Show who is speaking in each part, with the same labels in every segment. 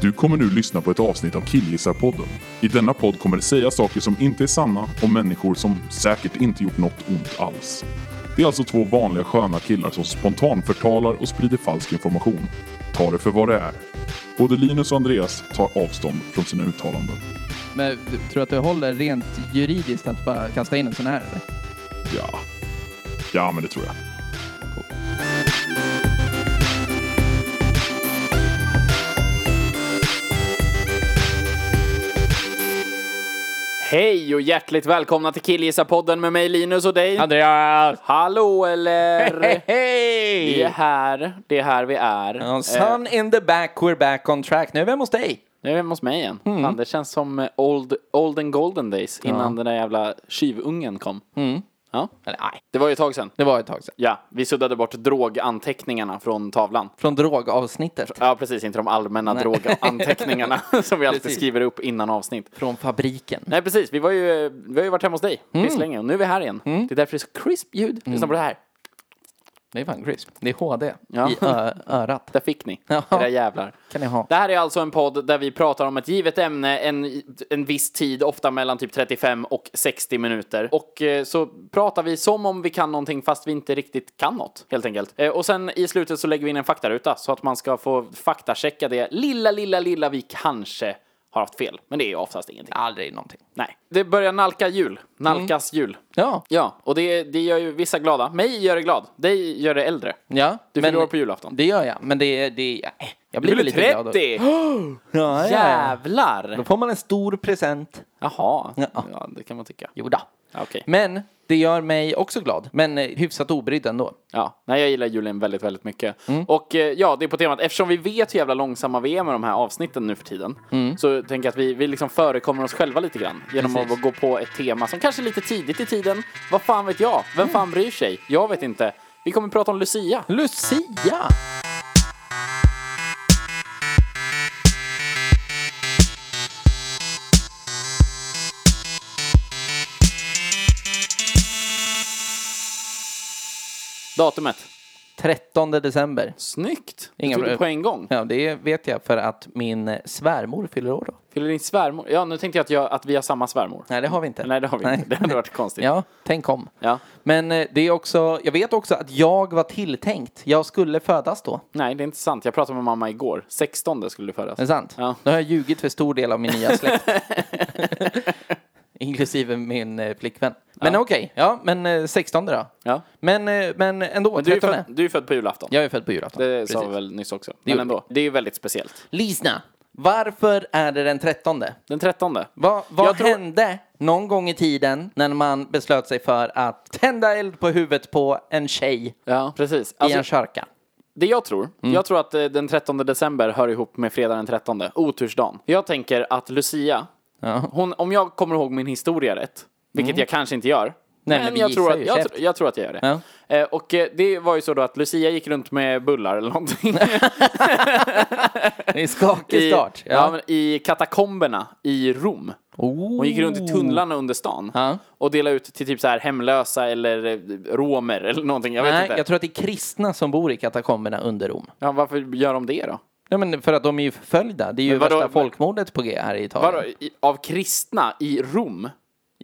Speaker 1: Du kommer nu lyssna på ett avsnitt av Killgissarpodden. I denna podd kommer det sägas saker som inte är sanna om människor som säkert inte gjort något ont alls. Det är alltså två vanliga sköna killar som spontant förtalar och sprider falsk information. Ta det för vad det är. Både Linus och Andreas tar avstånd från sina uttalanden.
Speaker 2: Men du, tror du att det håller rent juridiskt att bara kasta in en sån här? Eller?
Speaker 1: Ja. Ja, men det tror jag.
Speaker 3: Hej och hjärtligt välkomna till Killgissarpodden med mig Linus och dig.
Speaker 4: Andreas!
Speaker 3: Hallå eller? Vi är
Speaker 4: Hej!
Speaker 3: här, det är här vi är. Eh,
Speaker 4: Sun in the back, we're back on track. Nu är vi hemma hos dig.
Speaker 3: nu är vi hemma hos mig igen.
Speaker 4: Mm.
Speaker 3: Fan, det känns som eh, old, old and golden days innan den där jävla tjuvungen kom.
Speaker 4: Mm.
Speaker 3: Ja.
Speaker 4: Eller nej,
Speaker 3: Det var ju ett tag sedan.
Speaker 4: det var ett tag sedan.
Speaker 3: Ja, vi suddade bort droganteckningarna från tavlan.
Speaker 4: Från drogavsnittet.
Speaker 3: Ja, precis, inte de allmänna
Speaker 4: Nej.
Speaker 3: droganteckningarna som vi alltid
Speaker 4: Precis.
Speaker 3: skriver upp innan avsnitt.
Speaker 4: Från fabriken.
Speaker 3: Nej, precis, vi, var ju, eh, vi har ju varit hemma hos dig
Speaker 4: Mm.
Speaker 3: pisslänge och nu är vi här igen. Det är därför det är så crisp ljud. Lyssna på det här.
Speaker 4: Det är fan crisp. Det är HD
Speaker 3: Ja.
Speaker 4: i ö- örat.
Speaker 3: Där fick ni,
Speaker 4: Ja.
Speaker 3: era jävlar.
Speaker 4: kan ni ha.
Speaker 3: Det här är alltså en podd där vi pratar om ett givet ämne en, en viss tid, ofta mellan typ 35 och 60 minuter. Och eh, så pratar vi som om vi kan någonting fast vi inte riktigt kan något, helt enkelt. Eh, och sen i slutet så lägger vi in en faktaruta så att man ska få faktachecka det lilla, lilla, lilla vi kanske har haft fel. Men det är ju oftast ingenting.
Speaker 4: Aldrig någonting.
Speaker 3: Nej. Det börjar nalka jul. Nalkas
Speaker 4: Mm.
Speaker 3: jul.
Speaker 4: Ja.
Speaker 3: Ja, och det, det gör ju vissa glada. Mig gör det glad. Dig gör det äldre.
Speaker 4: Ja.
Speaker 3: Du
Speaker 4: men-
Speaker 3: fyller år på julafton.
Speaker 4: Det gör jag. Men det är... Det, äh, jag blir väl
Speaker 3: Du
Speaker 4: lite
Speaker 3: fyller
Speaker 4: glad. då.
Speaker 3: 30!
Speaker 4: Ja, ja, ja.
Speaker 3: Jävlar!
Speaker 4: Då får man en stor present.
Speaker 3: Jaha,
Speaker 4: Ja.
Speaker 3: ja, det kan man tycka.
Speaker 4: Jo då.
Speaker 3: Ja, Okej.
Speaker 4: Men det gör mig också glad. Men eh, hyfsat obrydd ändå.
Speaker 3: Ja, nej, jag gillar julen väldigt, väldigt mycket.
Speaker 4: Mm.
Speaker 3: Och eh, ja, det är på temat, eftersom vi vet hur jävla långsamma vi är med de här avsnitten nu för tiden,
Speaker 4: Mm.
Speaker 3: så tänker jag att vi, vi liksom förekommer oss själva lite grann genom att gå på ett tema som kanske är lite tidigt i tiden. Vad fan vet jag? Vem fan bryr sig? Jag vet inte. Vi kommer prata om Lucia.
Speaker 4: Lucia!
Speaker 3: Datumet.
Speaker 4: 13 december.
Speaker 3: Snyggt!
Speaker 4: Inga
Speaker 3: Inga du tog det
Speaker 4: bra-
Speaker 3: på en gång.
Speaker 4: Ja, det vet jag för att min eh, svärmor fyller år då.
Speaker 3: Fyller din svärmor... Ja, nu tänkte jag att, jag att vi har samma svärmor.
Speaker 4: Nej, det har vi inte.
Speaker 3: Nej, det har vi inte. Det hade varit konstigt.
Speaker 4: Ja, tänk om.
Speaker 3: Ja.
Speaker 4: Men eh, det är också, jag vet också att jag var tilltänkt. Jag skulle födas då.
Speaker 3: Nej, det är inte sant. Jag pratade med mamma igår. 16 skulle du födas.
Speaker 4: Är det sant?
Speaker 3: Ja.
Speaker 4: Då har jag ljugit för stor del av min nya släkt. Inklusive min eh, flickvän. Men okej, ja, men eh, 16 då.
Speaker 3: Ja.
Speaker 4: Men, eh, men ändå,
Speaker 3: Du är, ju
Speaker 4: 13
Speaker 3: född, du är född på julafton.
Speaker 4: Jag är född på julafton.
Speaker 3: Det sa vi
Speaker 4: Precis.
Speaker 3: väl nyss också.
Speaker 4: gjorde
Speaker 3: Men ändå, det är ju väldigt speciellt.
Speaker 4: Lisna, varför är det den 13?
Speaker 3: Den 13.
Speaker 4: Vad, vad
Speaker 3: Jag tror-
Speaker 4: hände någon gång i tiden när man beslöt sig för att tända eld på huvudet på en tjej
Speaker 3: Ja, precis.
Speaker 4: i en
Speaker 3: Alltså,
Speaker 4: kyrka?
Speaker 3: det jag tror,
Speaker 4: Mm.
Speaker 3: jag tror att eh, den 13 december hör ihop med fredag den 13, otursdagen. Jag tänker att Lucia, hon, om jag kommer ihåg min historia rätt, vilket jag kanske inte gör,
Speaker 4: Mm. Nej, men vi
Speaker 3: jag, tror
Speaker 4: gissar
Speaker 3: att,
Speaker 4: ju,
Speaker 3: jag,
Speaker 4: käft.
Speaker 3: tr- jag tror att jag gör det. Eh, och eh, det var ju så då att Lucia gick runt med bullar eller någonting.
Speaker 4: Det är skakig start.
Speaker 3: I, ja, men I katakomberna i Rom.
Speaker 4: Oh.
Speaker 3: Hon gick runt i tunnlarna under stan
Speaker 4: Ja.
Speaker 3: och delade ut till typ så här hemlösa eller eh, romer eller någonting. Jag vet
Speaker 4: Nej,
Speaker 3: inte.
Speaker 4: jag tror att det är kristna som bor i katakomberna under Rom.
Speaker 3: Ja, varför gör de det då?
Speaker 4: Ja, men för att de är ju förföljda. Det är ju
Speaker 3: Men vadå-
Speaker 4: värsta folkmordet på G här i Italien.
Speaker 3: Vadå, i- av kristna i Rom?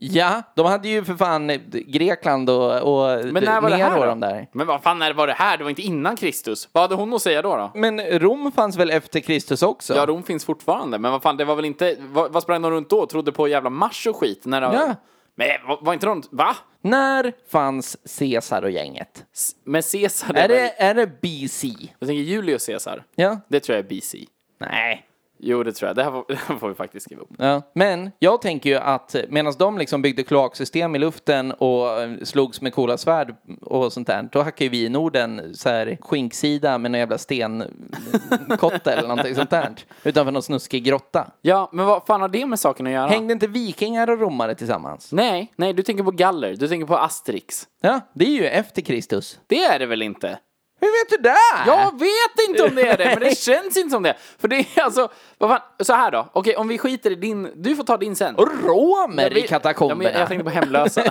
Speaker 4: Ja, de hade ju för fan eh, Grekland och, och
Speaker 3: Men när var det här
Speaker 4: Nero
Speaker 3: då?
Speaker 4: Typ de där.
Speaker 3: Men vad fan när var det här? Det var inte innan Kristus. Vad hade hon att säga då? då?
Speaker 4: Men Rom fanns väl efter Kristus också?
Speaker 3: Ja, Rom finns fortfarande, men vad fan, det var väl inte... Vad, vad sprang de runt då? Trodde på jävla Mars och skit? När de,
Speaker 4: Ja.
Speaker 3: Men var, var inte de... Va?
Speaker 4: När fanns Caesar och gänget?
Speaker 3: S- Men Caesar, det
Speaker 4: Är
Speaker 3: är väl,
Speaker 4: det, är det BC?
Speaker 3: Jag tänker Julius Caesar.
Speaker 4: Ja.
Speaker 3: Det tror jag är BC.
Speaker 4: Nej.
Speaker 3: Jo, det tror jag. Det här, får, det här får vi faktiskt skriva upp.
Speaker 4: Ja. Men jag tänker ju att medan de liksom byggde kloaksystem i luften och eh, slogs med coola svärd och sånt där, då hackar ju vi i Norden så här skinksida med någon jävla stenkotte eller någonting sånt där. Utanför någon snuskig grotta.
Speaker 3: Ja, men vad fan har det med saken att göra?
Speaker 4: Hängde inte vikingar och romare tillsammans?
Speaker 3: Nej, nej, du tänker på galler. Du tänker på Asterix.
Speaker 4: Ja, det är ju efter Kristus.
Speaker 3: Det är det väl inte?
Speaker 4: Hur vet du det?
Speaker 3: Jag vet inte om det är det, men det känns inte som det. För det är alltså, vad fan, så här då. Okej, om vi skiter i din, du får ta din sen.
Speaker 4: Romer
Speaker 3: Ja, vi-
Speaker 4: i katakomberna.
Speaker 3: Ja, men jag tänkte på hemlösa.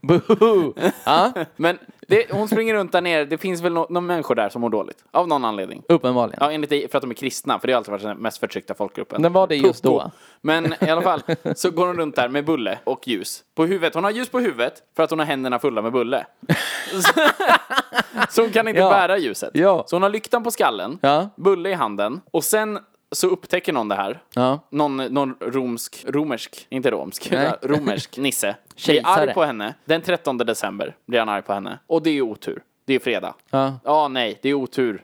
Speaker 4: Buhu! Ja,
Speaker 3: Men det, hon springer runt där nere, det finns väl no- någon människor där som mår dåligt. Av någon anledning.
Speaker 4: uppenbarligen.
Speaker 3: Ja, enligt dig, för att de är kristna, för det har alltid varit den mest förtryckta folkgruppen.
Speaker 4: Den var det just
Speaker 3: Pucko.
Speaker 4: då.
Speaker 3: Men i alla fall, så går hon runt där med bulle och ljus på huvudet. Hon har ljus på huvudet för att hon har händerna fulla med bulle. Så- så hon kan inte
Speaker 4: Ja.
Speaker 3: bära ljuset.
Speaker 4: Ja.
Speaker 3: Så hon har lyktan på skallen,
Speaker 4: Ja.
Speaker 3: bulle i handen och sen så upptäcker någon det här.
Speaker 4: Ja.
Speaker 3: Någon, någon romsk, romersk, inte romsk,
Speaker 4: Nej.
Speaker 3: romersk nisse. Blir
Speaker 4: Kejsare.
Speaker 3: arg på henne. Den 13 december blir han arg på henne. Och det är ju otur. Det är fredag.
Speaker 4: Ja.
Speaker 3: Ja, nej, det är otur.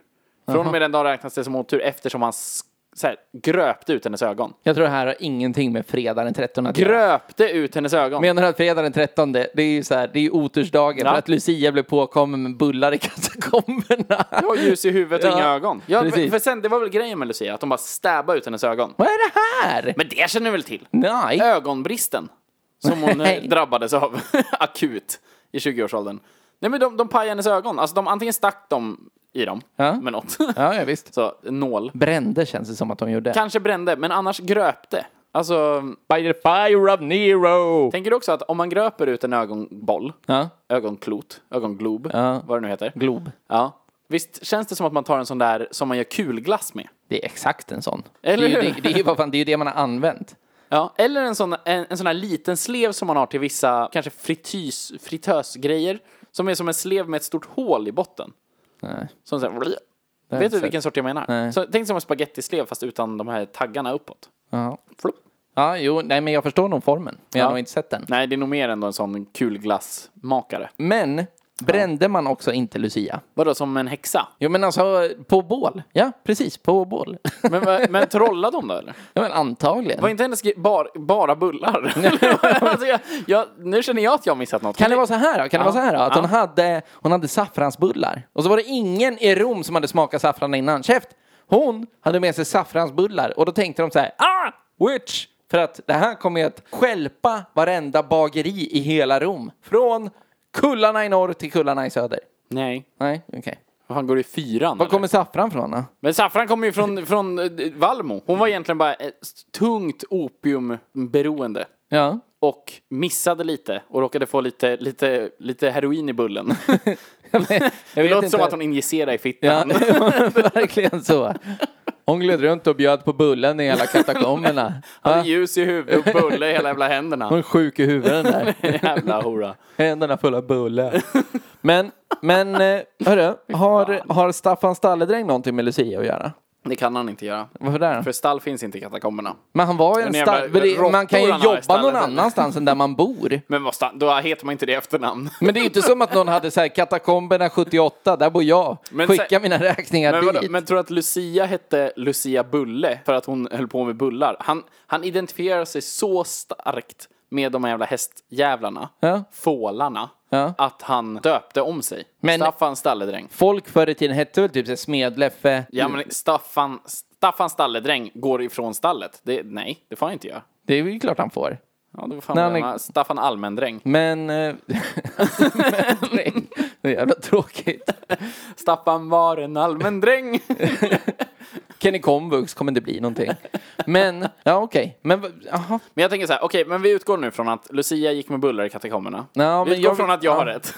Speaker 3: Från och med den dagen räknas det som otur eftersom han s- så här, gröpte ut hennes ögon.
Speaker 4: Jag tror det här har ingenting med fredag den 13 att göra.
Speaker 3: Gröpte ut hennes ögon.
Speaker 4: Menar du att fredag den 13, det är ju så här, det är ju otursdagen
Speaker 3: Ja.
Speaker 4: för att Lucia blev påkommen med bullar i katakomberna.
Speaker 3: Jag har ljus i huvudet och
Speaker 4: Ja,
Speaker 3: inga ögon. Ja, för,
Speaker 4: precis.
Speaker 3: för sen, det var väl grejen med Lucia, att de bara stäbbade ut hennes ögon.
Speaker 4: Vad är det här?
Speaker 3: Men det känner du väl till?
Speaker 4: Nej.
Speaker 3: Ögonbristen. Som hon eh,
Speaker 4: Nej.
Speaker 3: drabbades av akut i 20-årsåldern. Nej men de, de pajade hennes ögon. Alltså de antingen stack de i dem
Speaker 4: Ja.
Speaker 3: med något.
Speaker 4: Ja, ja, visst.
Speaker 3: Så en nål.
Speaker 4: Brände känns det som att de gjorde.
Speaker 3: Kanske brände, men annars gröpte. Alltså,
Speaker 4: By the fire of Nero!
Speaker 3: tänker du också att om man gröper ut en ögonboll,
Speaker 4: Ja,
Speaker 3: ögonklot, ögonglob,
Speaker 4: Ja.
Speaker 3: vad det nu heter.
Speaker 4: glob.
Speaker 3: Ja. Visst känns det som att man tar en sån där som man gör kulglass med?
Speaker 4: Det är exakt en sån.
Speaker 3: Eller
Speaker 4: det, är ju,
Speaker 3: hur?
Speaker 4: det, det, är ju, vad fan, det är ju det man har använt.
Speaker 3: Ja, eller en sån, en, en sån här liten slev som man har till vissa kanske fritys, fritösgrejer. Som är som en slev med ett stort hål i botten.
Speaker 4: Nej.
Speaker 3: Som så här,
Speaker 4: har
Speaker 3: vet
Speaker 4: inte
Speaker 3: du
Speaker 4: sett.
Speaker 3: vilken sort jag menar?
Speaker 4: Nej.
Speaker 3: Så, tänk som en spagettislev fast utan de här taggarna uppåt.
Speaker 4: Ja.
Speaker 3: Flopp.
Speaker 4: ja, jo, nej men jag förstår nog formen. Men jag
Speaker 3: Ja.
Speaker 4: har nog inte sett den.
Speaker 3: Nej, det är nog mer ändå en sån kulglassmakare.
Speaker 4: Men brände man också inte Lucia?
Speaker 3: Vadå, som en häxa?
Speaker 4: Jo men alltså, på bål. Ja, precis, på bål.
Speaker 3: Men, va- men trollade de då eller?
Speaker 4: ja, men antagligen.
Speaker 3: Var inte hennes gre- bar, bara bullar? alltså, jag, jag, nu känner jag att jag har missat något.
Speaker 4: Kan det vara så här då? Kan det vara så här då? Att
Speaker 3: Ja.
Speaker 4: hon, hade, hon hade saffransbullar. Och så var det ingen i Rom som hade smakat saffran innan. Käft! Hon hade med sig saffransbullar och då tänkte de så här, ah! Witch! För att det här kommer ju att stjälpa varenda bageri i hela Rom. Från kullarna i norr till kullarna i söder.
Speaker 3: Nej.
Speaker 4: Nej, okej.
Speaker 3: Vad fan, går det i fyran?
Speaker 4: Var
Speaker 3: eller?
Speaker 4: kommer saffran från då?
Speaker 3: Men Saffran kommer ju från, från eh, Valmo. Hon var egentligen bara ett tungt opiumberoende.
Speaker 4: Ja.
Speaker 3: Och missade lite och råkade få lite, lite, lite heroin i bullen.
Speaker 4: Jag
Speaker 3: Det
Speaker 4: vet
Speaker 3: låter
Speaker 4: inte.
Speaker 3: som att hon injicerade i
Speaker 4: Ja,
Speaker 3: fittan.
Speaker 4: verkligen så. Hon gled runt och bjöd på bullen i hela katakomberna.
Speaker 3: Hade ljus i huvudet och bulle i hela jävla
Speaker 4: Hon
Speaker 3: händerna.
Speaker 4: är sjuk i huvudet den där.
Speaker 3: Jävla hora.
Speaker 4: Händerna fulla av bulle. Men, men eh, hörru, har, har Staffan Stalledräng någonting med Lucia att göra?
Speaker 3: Det kan han inte göra.
Speaker 4: Varför där?
Speaker 3: För stall finns inte i katakomberna.
Speaker 4: Men han var ju en
Speaker 3: Den jävla
Speaker 4: stall... men det- Man kan ju
Speaker 3: råttor han har i
Speaker 4: jobba någon
Speaker 3: stallet.
Speaker 4: annanstans än där man bor.
Speaker 3: Men vad stall, då heter man inte det i efternamn.
Speaker 4: Men det är ju inte som att någon hade så här katakomberna 78, där bor jag.
Speaker 3: Men
Speaker 4: Skicka
Speaker 3: sen-
Speaker 4: mina räkningar
Speaker 3: Men, vadå,
Speaker 4: dit.
Speaker 3: men tror du att Lucia hette Lucia Bulle för att hon höll på med bullar? Han, han identifierar sig så starkt med de här jävla hästjävlarna,
Speaker 4: Ja.
Speaker 3: fålarna,
Speaker 4: Ja.
Speaker 3: att han döpte om sig.
Speaker 4: Men-
Speaker 3: Staffan Stalledräng.
Speaker 4: Folk förr i tiden hette väl typ så här Smedleffe?
Speaker 3: Ja, men Staffan, Staffan Stalledräng går ifrån stallet. Det, nej, det får han inte göra.
Speaker 4: Det är ju klart han får.
Speaker 3: Ja, det var fan
Speaker 4: Nej,
Speaker 3: det
Speaker 4: men-
Speaker 3: var Staffan Allmändräng.
Speaker 4: Men... eh, Stalledräng. det är jävla tråkigt.
Speaker 3: Staffan var en allmändräng.
Speaker 4: Kenny Komvux kommer inte bli någonting. Men, ja okej. Men, v- jaha.
Speaker 3: men jag tänker så här, okej, men vi utgår nu från att Lucia gick med bullar i katakomberna.
Speaker 4: Ja,
Speaker 3: vi
Speaker 4: men
Speaker 3: utgår
Speaker 4: jag-
Speaker 3: från att jag
Speaker 4: ja.
Speaker 3: har rätt.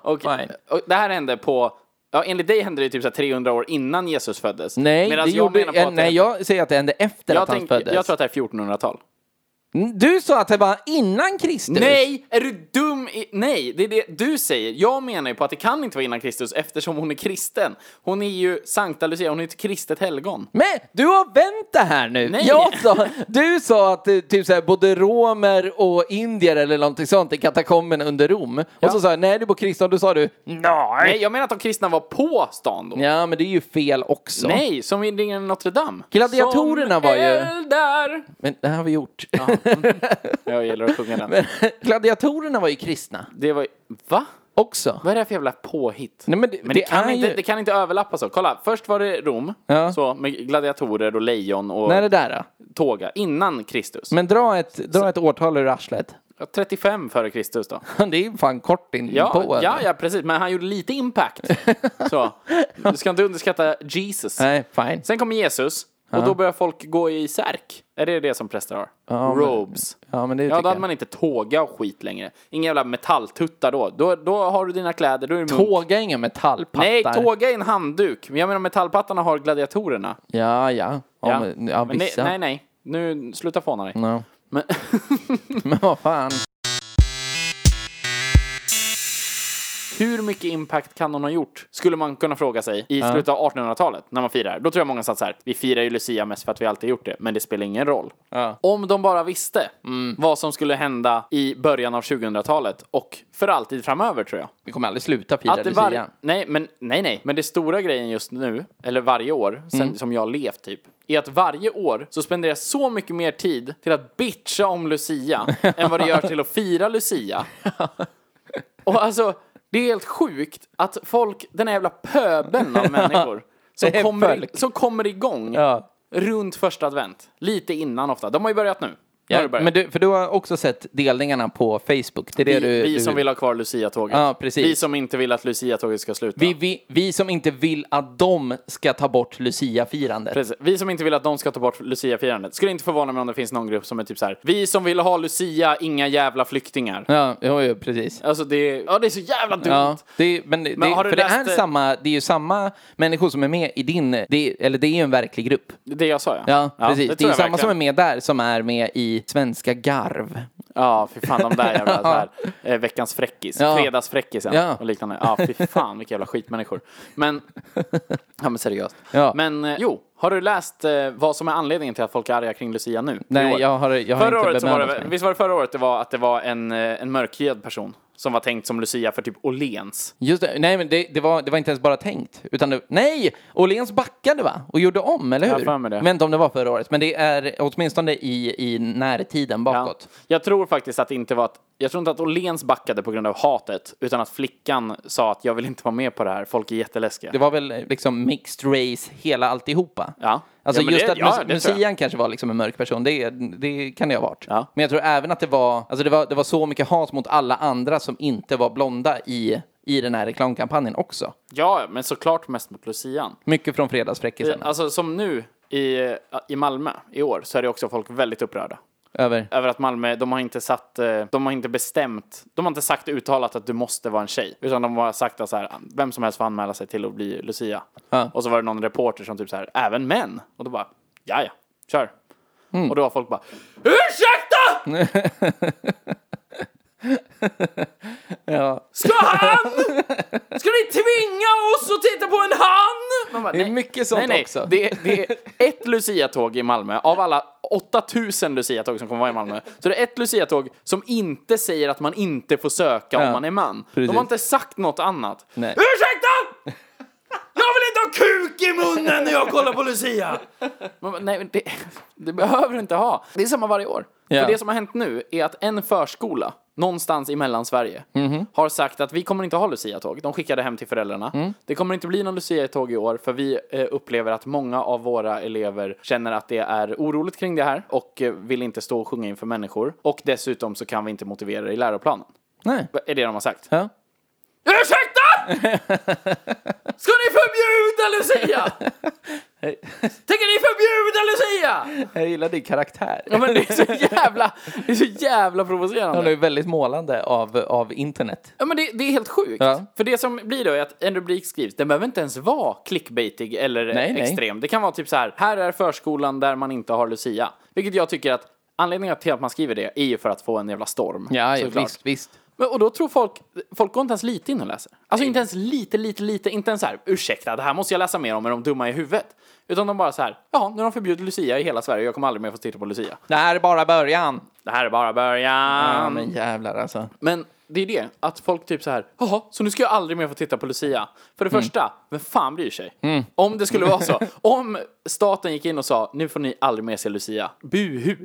Speaker 3: och,
Speaker 4: fine.
Speaker 3: och det här hände på, ja, enligt dig hände det typ så här 300 år innan Jesus föddes.
Speaker 4: Nej, det gjorde, eh, nej
Speaker 3: jag,
Speaker 4: jag säger att det hände efter
Speaker 3: jag,
Speaker 4: att han
Speaker 3: tänk-
Speaker 4: föddes.
Speaker 3: jag tror att det här är 1400-tal.
Speaker 4: Mm, Du sa att det var innan Kristus.
Speaker 3: Nej, är du dum? I, nej, det är det du säger. Jag menar ju på att det kan inte vara innan Kristus eftersom hon är kristen. Hon är ju Sankta Lucia, hon är ju ett kristet helgon.
Speaker 4: Men du har vänt det här nu!
Speaker 3: Nej.
Speaker 4: Jag sa, du sa att eh, typ så här, både romer och indier eller någonting sånt i katakomberna under Rom. Och så sa jag nej, du bor kristen och då sa du nej.
Speaker 3: Nej, jag menar att de kristna var på stan då.
Speaker 4: Ja, men det är ju fel också.
Speaker 3: Nej, som i Ringen i Notre Dame.
Speaker 4: Gladiatorerna
Speaker 3: som
Speaker 4: var ju-
Speaker 3: Eldar.
Speaker 4: Men det här har vi gjort.
Speaker 3: Jag gillar att sjunga den.
Speaker 4: Men Gladiatorerna var ju kristna
Speaker 3: Det var ju- Va?
Speaker 4: också.
Speaker 3: Vad är det här för jävla påhitt?
Speaker 4: Nej, men det,
Speaker 3: Men det,
Speaker 4: det
Speaker 3: kan
Speaker 4: är
Speaker 3: inte,
Speaker 4: ju...
Speaker 3: det kan inte överlappa så. Kolla, först var det Rom,
Speaker 4: Ja.
Speaker 3: så, med gladiatorer och lejon och
Speaker 4: När är det där då?
Speaker 3: tåga, innan Kristus.
Speaker 4: Men dra ett, dra ett årtal ur arslet.
Speaker 3: Ja, 35 före Kristus då.
Speaker 4: Det är ju fan kort in
Speaker 3: Ja,
Speaker 4: på.
Speaker 3: ja, ja, precis, men han gjorde lite impact. så, du ska inte underskatta Jesus.
Speaker 4: Nej, fine.
Speaker 3: Sen kom Jesus, Och då börjar folk gå i särk. Är det det som präster har?
Speaker 4: Ja, men-
Speaker 3: Robes.
Speaker 4: Ja, men det
Speaker 3: Ja,
Speaker 4: tycker
Speaker 3: då hade
Speaker 4: jag.
Speaker 3: man inte tåga och skit längre. Inga jävla metalltuttar då. Då, då har du dina kläder, då är du munk.
Speaker 4: Tåga inga metallpattar.
Speaker 3: Nej, tåga är en handduk. Men Jag menar metallpattarna har gladiatorerna.
Speaker 4: Ja, ja. Ja, Men, ja
Speaker 3: Men nej,
Speaker 4: vissa. Mm.
Speaker 3: nej, nej. Nu, sluta fåna dig.
Speaker 4: Ja.
Speaker 3: Men,
Speaker 4: Men vad fan.
Speaker 3: hur mycket impact kan hon ha gjort? Skulle man kunna fråga sig i slutet av 1800-talet när man firar. Då tror jag många satt så här. Vi firar ju Lucia mest för att vi alltid gjort det, men det spelar ingen roll.
Speaker 4: Ja. Mm.
Speaker 3: Om de bara visste vad som skulle hända i början av 2000-talet och för alltid framöver tror jag.
Speaker 4: Vi kommer aldrig sluta fira
Speaker 3: det
Speaker 4: Lucia.
Speaker 3: var, nej, men, nej, nej, men det stora grejen just nu, eller varje år, sen,
Speaker 4: Mm.
Speaker 3: som jag har levt typ, är att varje år så spenderar jag så mycket mer tid till att bitcha om Lucia än vad det gör till att fira Lucia. Och alltså, det är helt sjukt att folk, den här jävla pöbeln av människor, som,
Speaker 4: Det är
Speaker 3: kommer,
Speaker 4: folk.
Speaker 3: som kommer igång
Speaker 4: Ja.
Speaker 3: runt första advent, lite innan ofta. De har ju börjat nu. Nu
Speaker 4: Ja,
Speaker 3: har det börjat.
Speaker 4: men du, för du har också sett delningarna på Facebook. Det är det
Speaker 3: vi,
Speaker 4: du,
Speaker 3: vi
Speaker 4: du,
Speaker 3: som vill ha kvar Lucia-tåget.
Speaker 4: Ja, precis.
Speaker 3: Vi som inte vill att Lucia-tåget ska sluta.
Speaker 4: Vi, vi, vi som inte vill att de ska ta bort Lucia-firandet.
Speaker 3: Precis. Vi som inte vill att de ska ta bort Lucia-firandet. Skulle inte förvåna mig om det finns någon grupp som är typ så här. Vi som vill ha Lucia, inga jävla flyktingar.
Speaker 4: Ja, jo, jo, precis.
Speaker 3: Alltså det är, ja, det är så jävla dumt.
Speaker 4: Ja, det, är- men det,
Speaker 3: Men
Speaker 4: det,
Speaker 3: har du
Speaker 4: för det
Speaker 3: läst
Speaker 4: är,
Speaker 3: det?
Speaker 4: samma, det är ju samma människor som är med i din, det, är- eller det är ju en verklig grupp.
Speaker 3: Det jag sa ja.
Speaker 4: Ja, precis. Det,
Speaker 3: tror
Speaker 4: är ju
Speaker 3: jag
Speaker 4: samma som är
Speaker 3: verkligen.
Speaker 4: med där som är med i Svenska Garv.
Speaker 3: Ja, fy fan de där jävla så här, eh, veckans fräckis,
Speaker 4: Ja.
Speaker 3: fredagsfräckisen
Speaker 4: Ja.
Speaker 3: och liknande. Ja, fy fan vilka jävla skitmänniskor. Men, ja men seriöst.
Speaker 4: Ja.
Speaker 3: Men eh, jo, har du läst eh, vad som är anledningen till att folk är arga kring Lucia nu? I
Speaker 4: Nej,
Speaker 3: år?
Speaker 4: jag har, jag har
Speaker 3: Förra
Speaker 4: inte
Speaker 3: året så var
Speaker 4: bemödat
Speaker 3: det,
Speaker 4: mig.
Speaker 3: visst var det förra året det var att det var en, eh, en mörkhyad person som var tänkt som Lucia för typ Åhléns?
Speaker 4: Just det, nej men det, det, var, det var inte ens bara tänkt. Utan det, nej! Åhléns backade va? Och gjorde om, eller
Speaker 3: Jag
Speaker 4: hur?
Speaker 3: har för mig det.
Speaker 4: Jag vet inte om det var förra året, men det är åtminstone i, i närtiden
Speaker 3: Ja.
Speaker 4: bakåt.
Speaker 3: Jag tror faktiskt att det inte var att, jag tror inte att Åhléns backade på grund av hatet, utan att flickan sa att jag vill inte vara med på det här, folk är jätteläskiga.
Speaker 4: Det var väl eh, liksom mixed race hela alltihopa.
Speaker 3: Ja.
Speaker 4: Alltså
Speaker 3: Ja, men
Speaker 4: just
Speaker 3: det-
Speaker 4: att
Speaker 3: ja,
Speaker 4: mus-
Speaker 3: det tror jag.
Speaker 4: Lucian kanske var liksom en mörk person, det, det kan det ha varit.
Speaker 3: Ja.
Speaker 4: Men jag tror även att det var, alltså det var, det var så mycket hat mot alla andra som inte var blonda i, i den här reklamkampanjen också.
Speaker 3: Ja, men såklart mest mot Lucian.
Speaker 4: Mycket från fredagsfräckisen.
Speaker 3: Alltså som nu i, eh, i Malmö i år så är det också folk väldigt upprörda.
Speaker 4: Över.
Speaker 3: Över att Malmö, de har inte satt, eh, de har inte bestämt, de har inte sagt uttalat att du måste vara en tjej. Utan de har sagt att så här, vem som helst får anmäla sig till att bli Lucia.
Speaker 4: Ja.
Speaker 3: Och så var det någon reporter som typ så här, även män? Och då bara, ja ja, kör.
Speaker 4: Mm.
Speaker 3: Och då var folk bara, ursäkta!
Speaker 4: Ja.
Speaker 3: Ska han? Ska ni tvinga oss att titta på en han? Man bara,
Speaker 4: Det är
Speaker 3: "Nej."
Speaker 4: mycket sånt
Speaker 3: nej, nej.
Speaker 4: också.
Speaker 3: Det är, det är ett Lucia-tåg i Malmö, av alla 8000 Lucia-tåg som kommer vara i Malmö, så det är ett Lucia-tåg som inte säger att man inte får söka om
Speaker 4: Ja,
Speaker 3: man är man. De
Speaker 4: precis.
Speaker 3: har inte sagt något annat.
Speaker 4: Nej.
Speaker 3: Ursäkta! Jag vill inte ha kuk i munnen när jag kollar på Lucia! Man bara, nej, men det, det behöver du inte ha. Det är samma varje år.
Speaker 4: Ja.
Speaker 3: För det som har hänt nu är att en förskola någonstans i mellansverige har sagt att vi kommer inte ha Lucia-tåg. De skickade hem till föräldrarna. Det kommer inte bli någon Lucia-tåg i år för vi eh, upplever att många av våra elever känner att det är oroligt kring det här och eh, vill inte stå och sjunga inför människor. Och dessutom så kan vi inte motivera det i läroplanen.
Speaker 4: Nej.
Speaker 3: Det är det de har sagt.
Speaker 4: Ja.
Speaker 3: Ursäkta! Ska ni förbjuda Lucia? Tänker ni förbjuda Lucia?
Speaker 4: Jag gillar din karaktär.
Speaker 3: Ja, men det är så jävla, det är så jävla
Speaker 4: Han är
Speaker 3: provocerande.
Speaker 4: ju väldigt målande av, av internet.
Speaker 3: Ja, men det, det är helt sjukt.
Speaker 4: Ja.
Speaker 3: För det som blir då är att en rubrik skrivs. Den behöver inte ens vara clickbaitig eller eh,
Speaker 4: Nej, nej.
Speaker 3: extrem. Det kan vara typ så här. Här är förskolan där man inte har Lucia. Vilket jag tycker att anledningen till att man skriver det är ju för att få en jävla storm. såklart.
Speaker 4: visst.
Speaker 3: Men, och då tror folk, folk går inte ens lite in och läser. Alltså inte ens lite, lite, lite, inte ens så här, ursäkta, det här måste jag läsa mer om, är de dumma i huvudet? Utan de bara så här, ja, nu har de förbjudit Lucia i hela Sverige, jag kommer aldrig mer få titta på Lucia.
Speaker 4: Det här är bara början.
Speaker 3: Det här är bara
Speaker 4: Ja,
Speaker 3: början.
Speaker 4: men jävlar alltså.
Speaker 3: Men det är det, att folk typ så här, jaha, så nu ska jag aldrig mer få titta på Lucia. För det
Speaker 4: Mm.
Speaker 3: första, vem fan bryr sig? Om det skulle vara så. Om staten gick in och sa, nu får ni aldrig mer se Lucia. Buhu.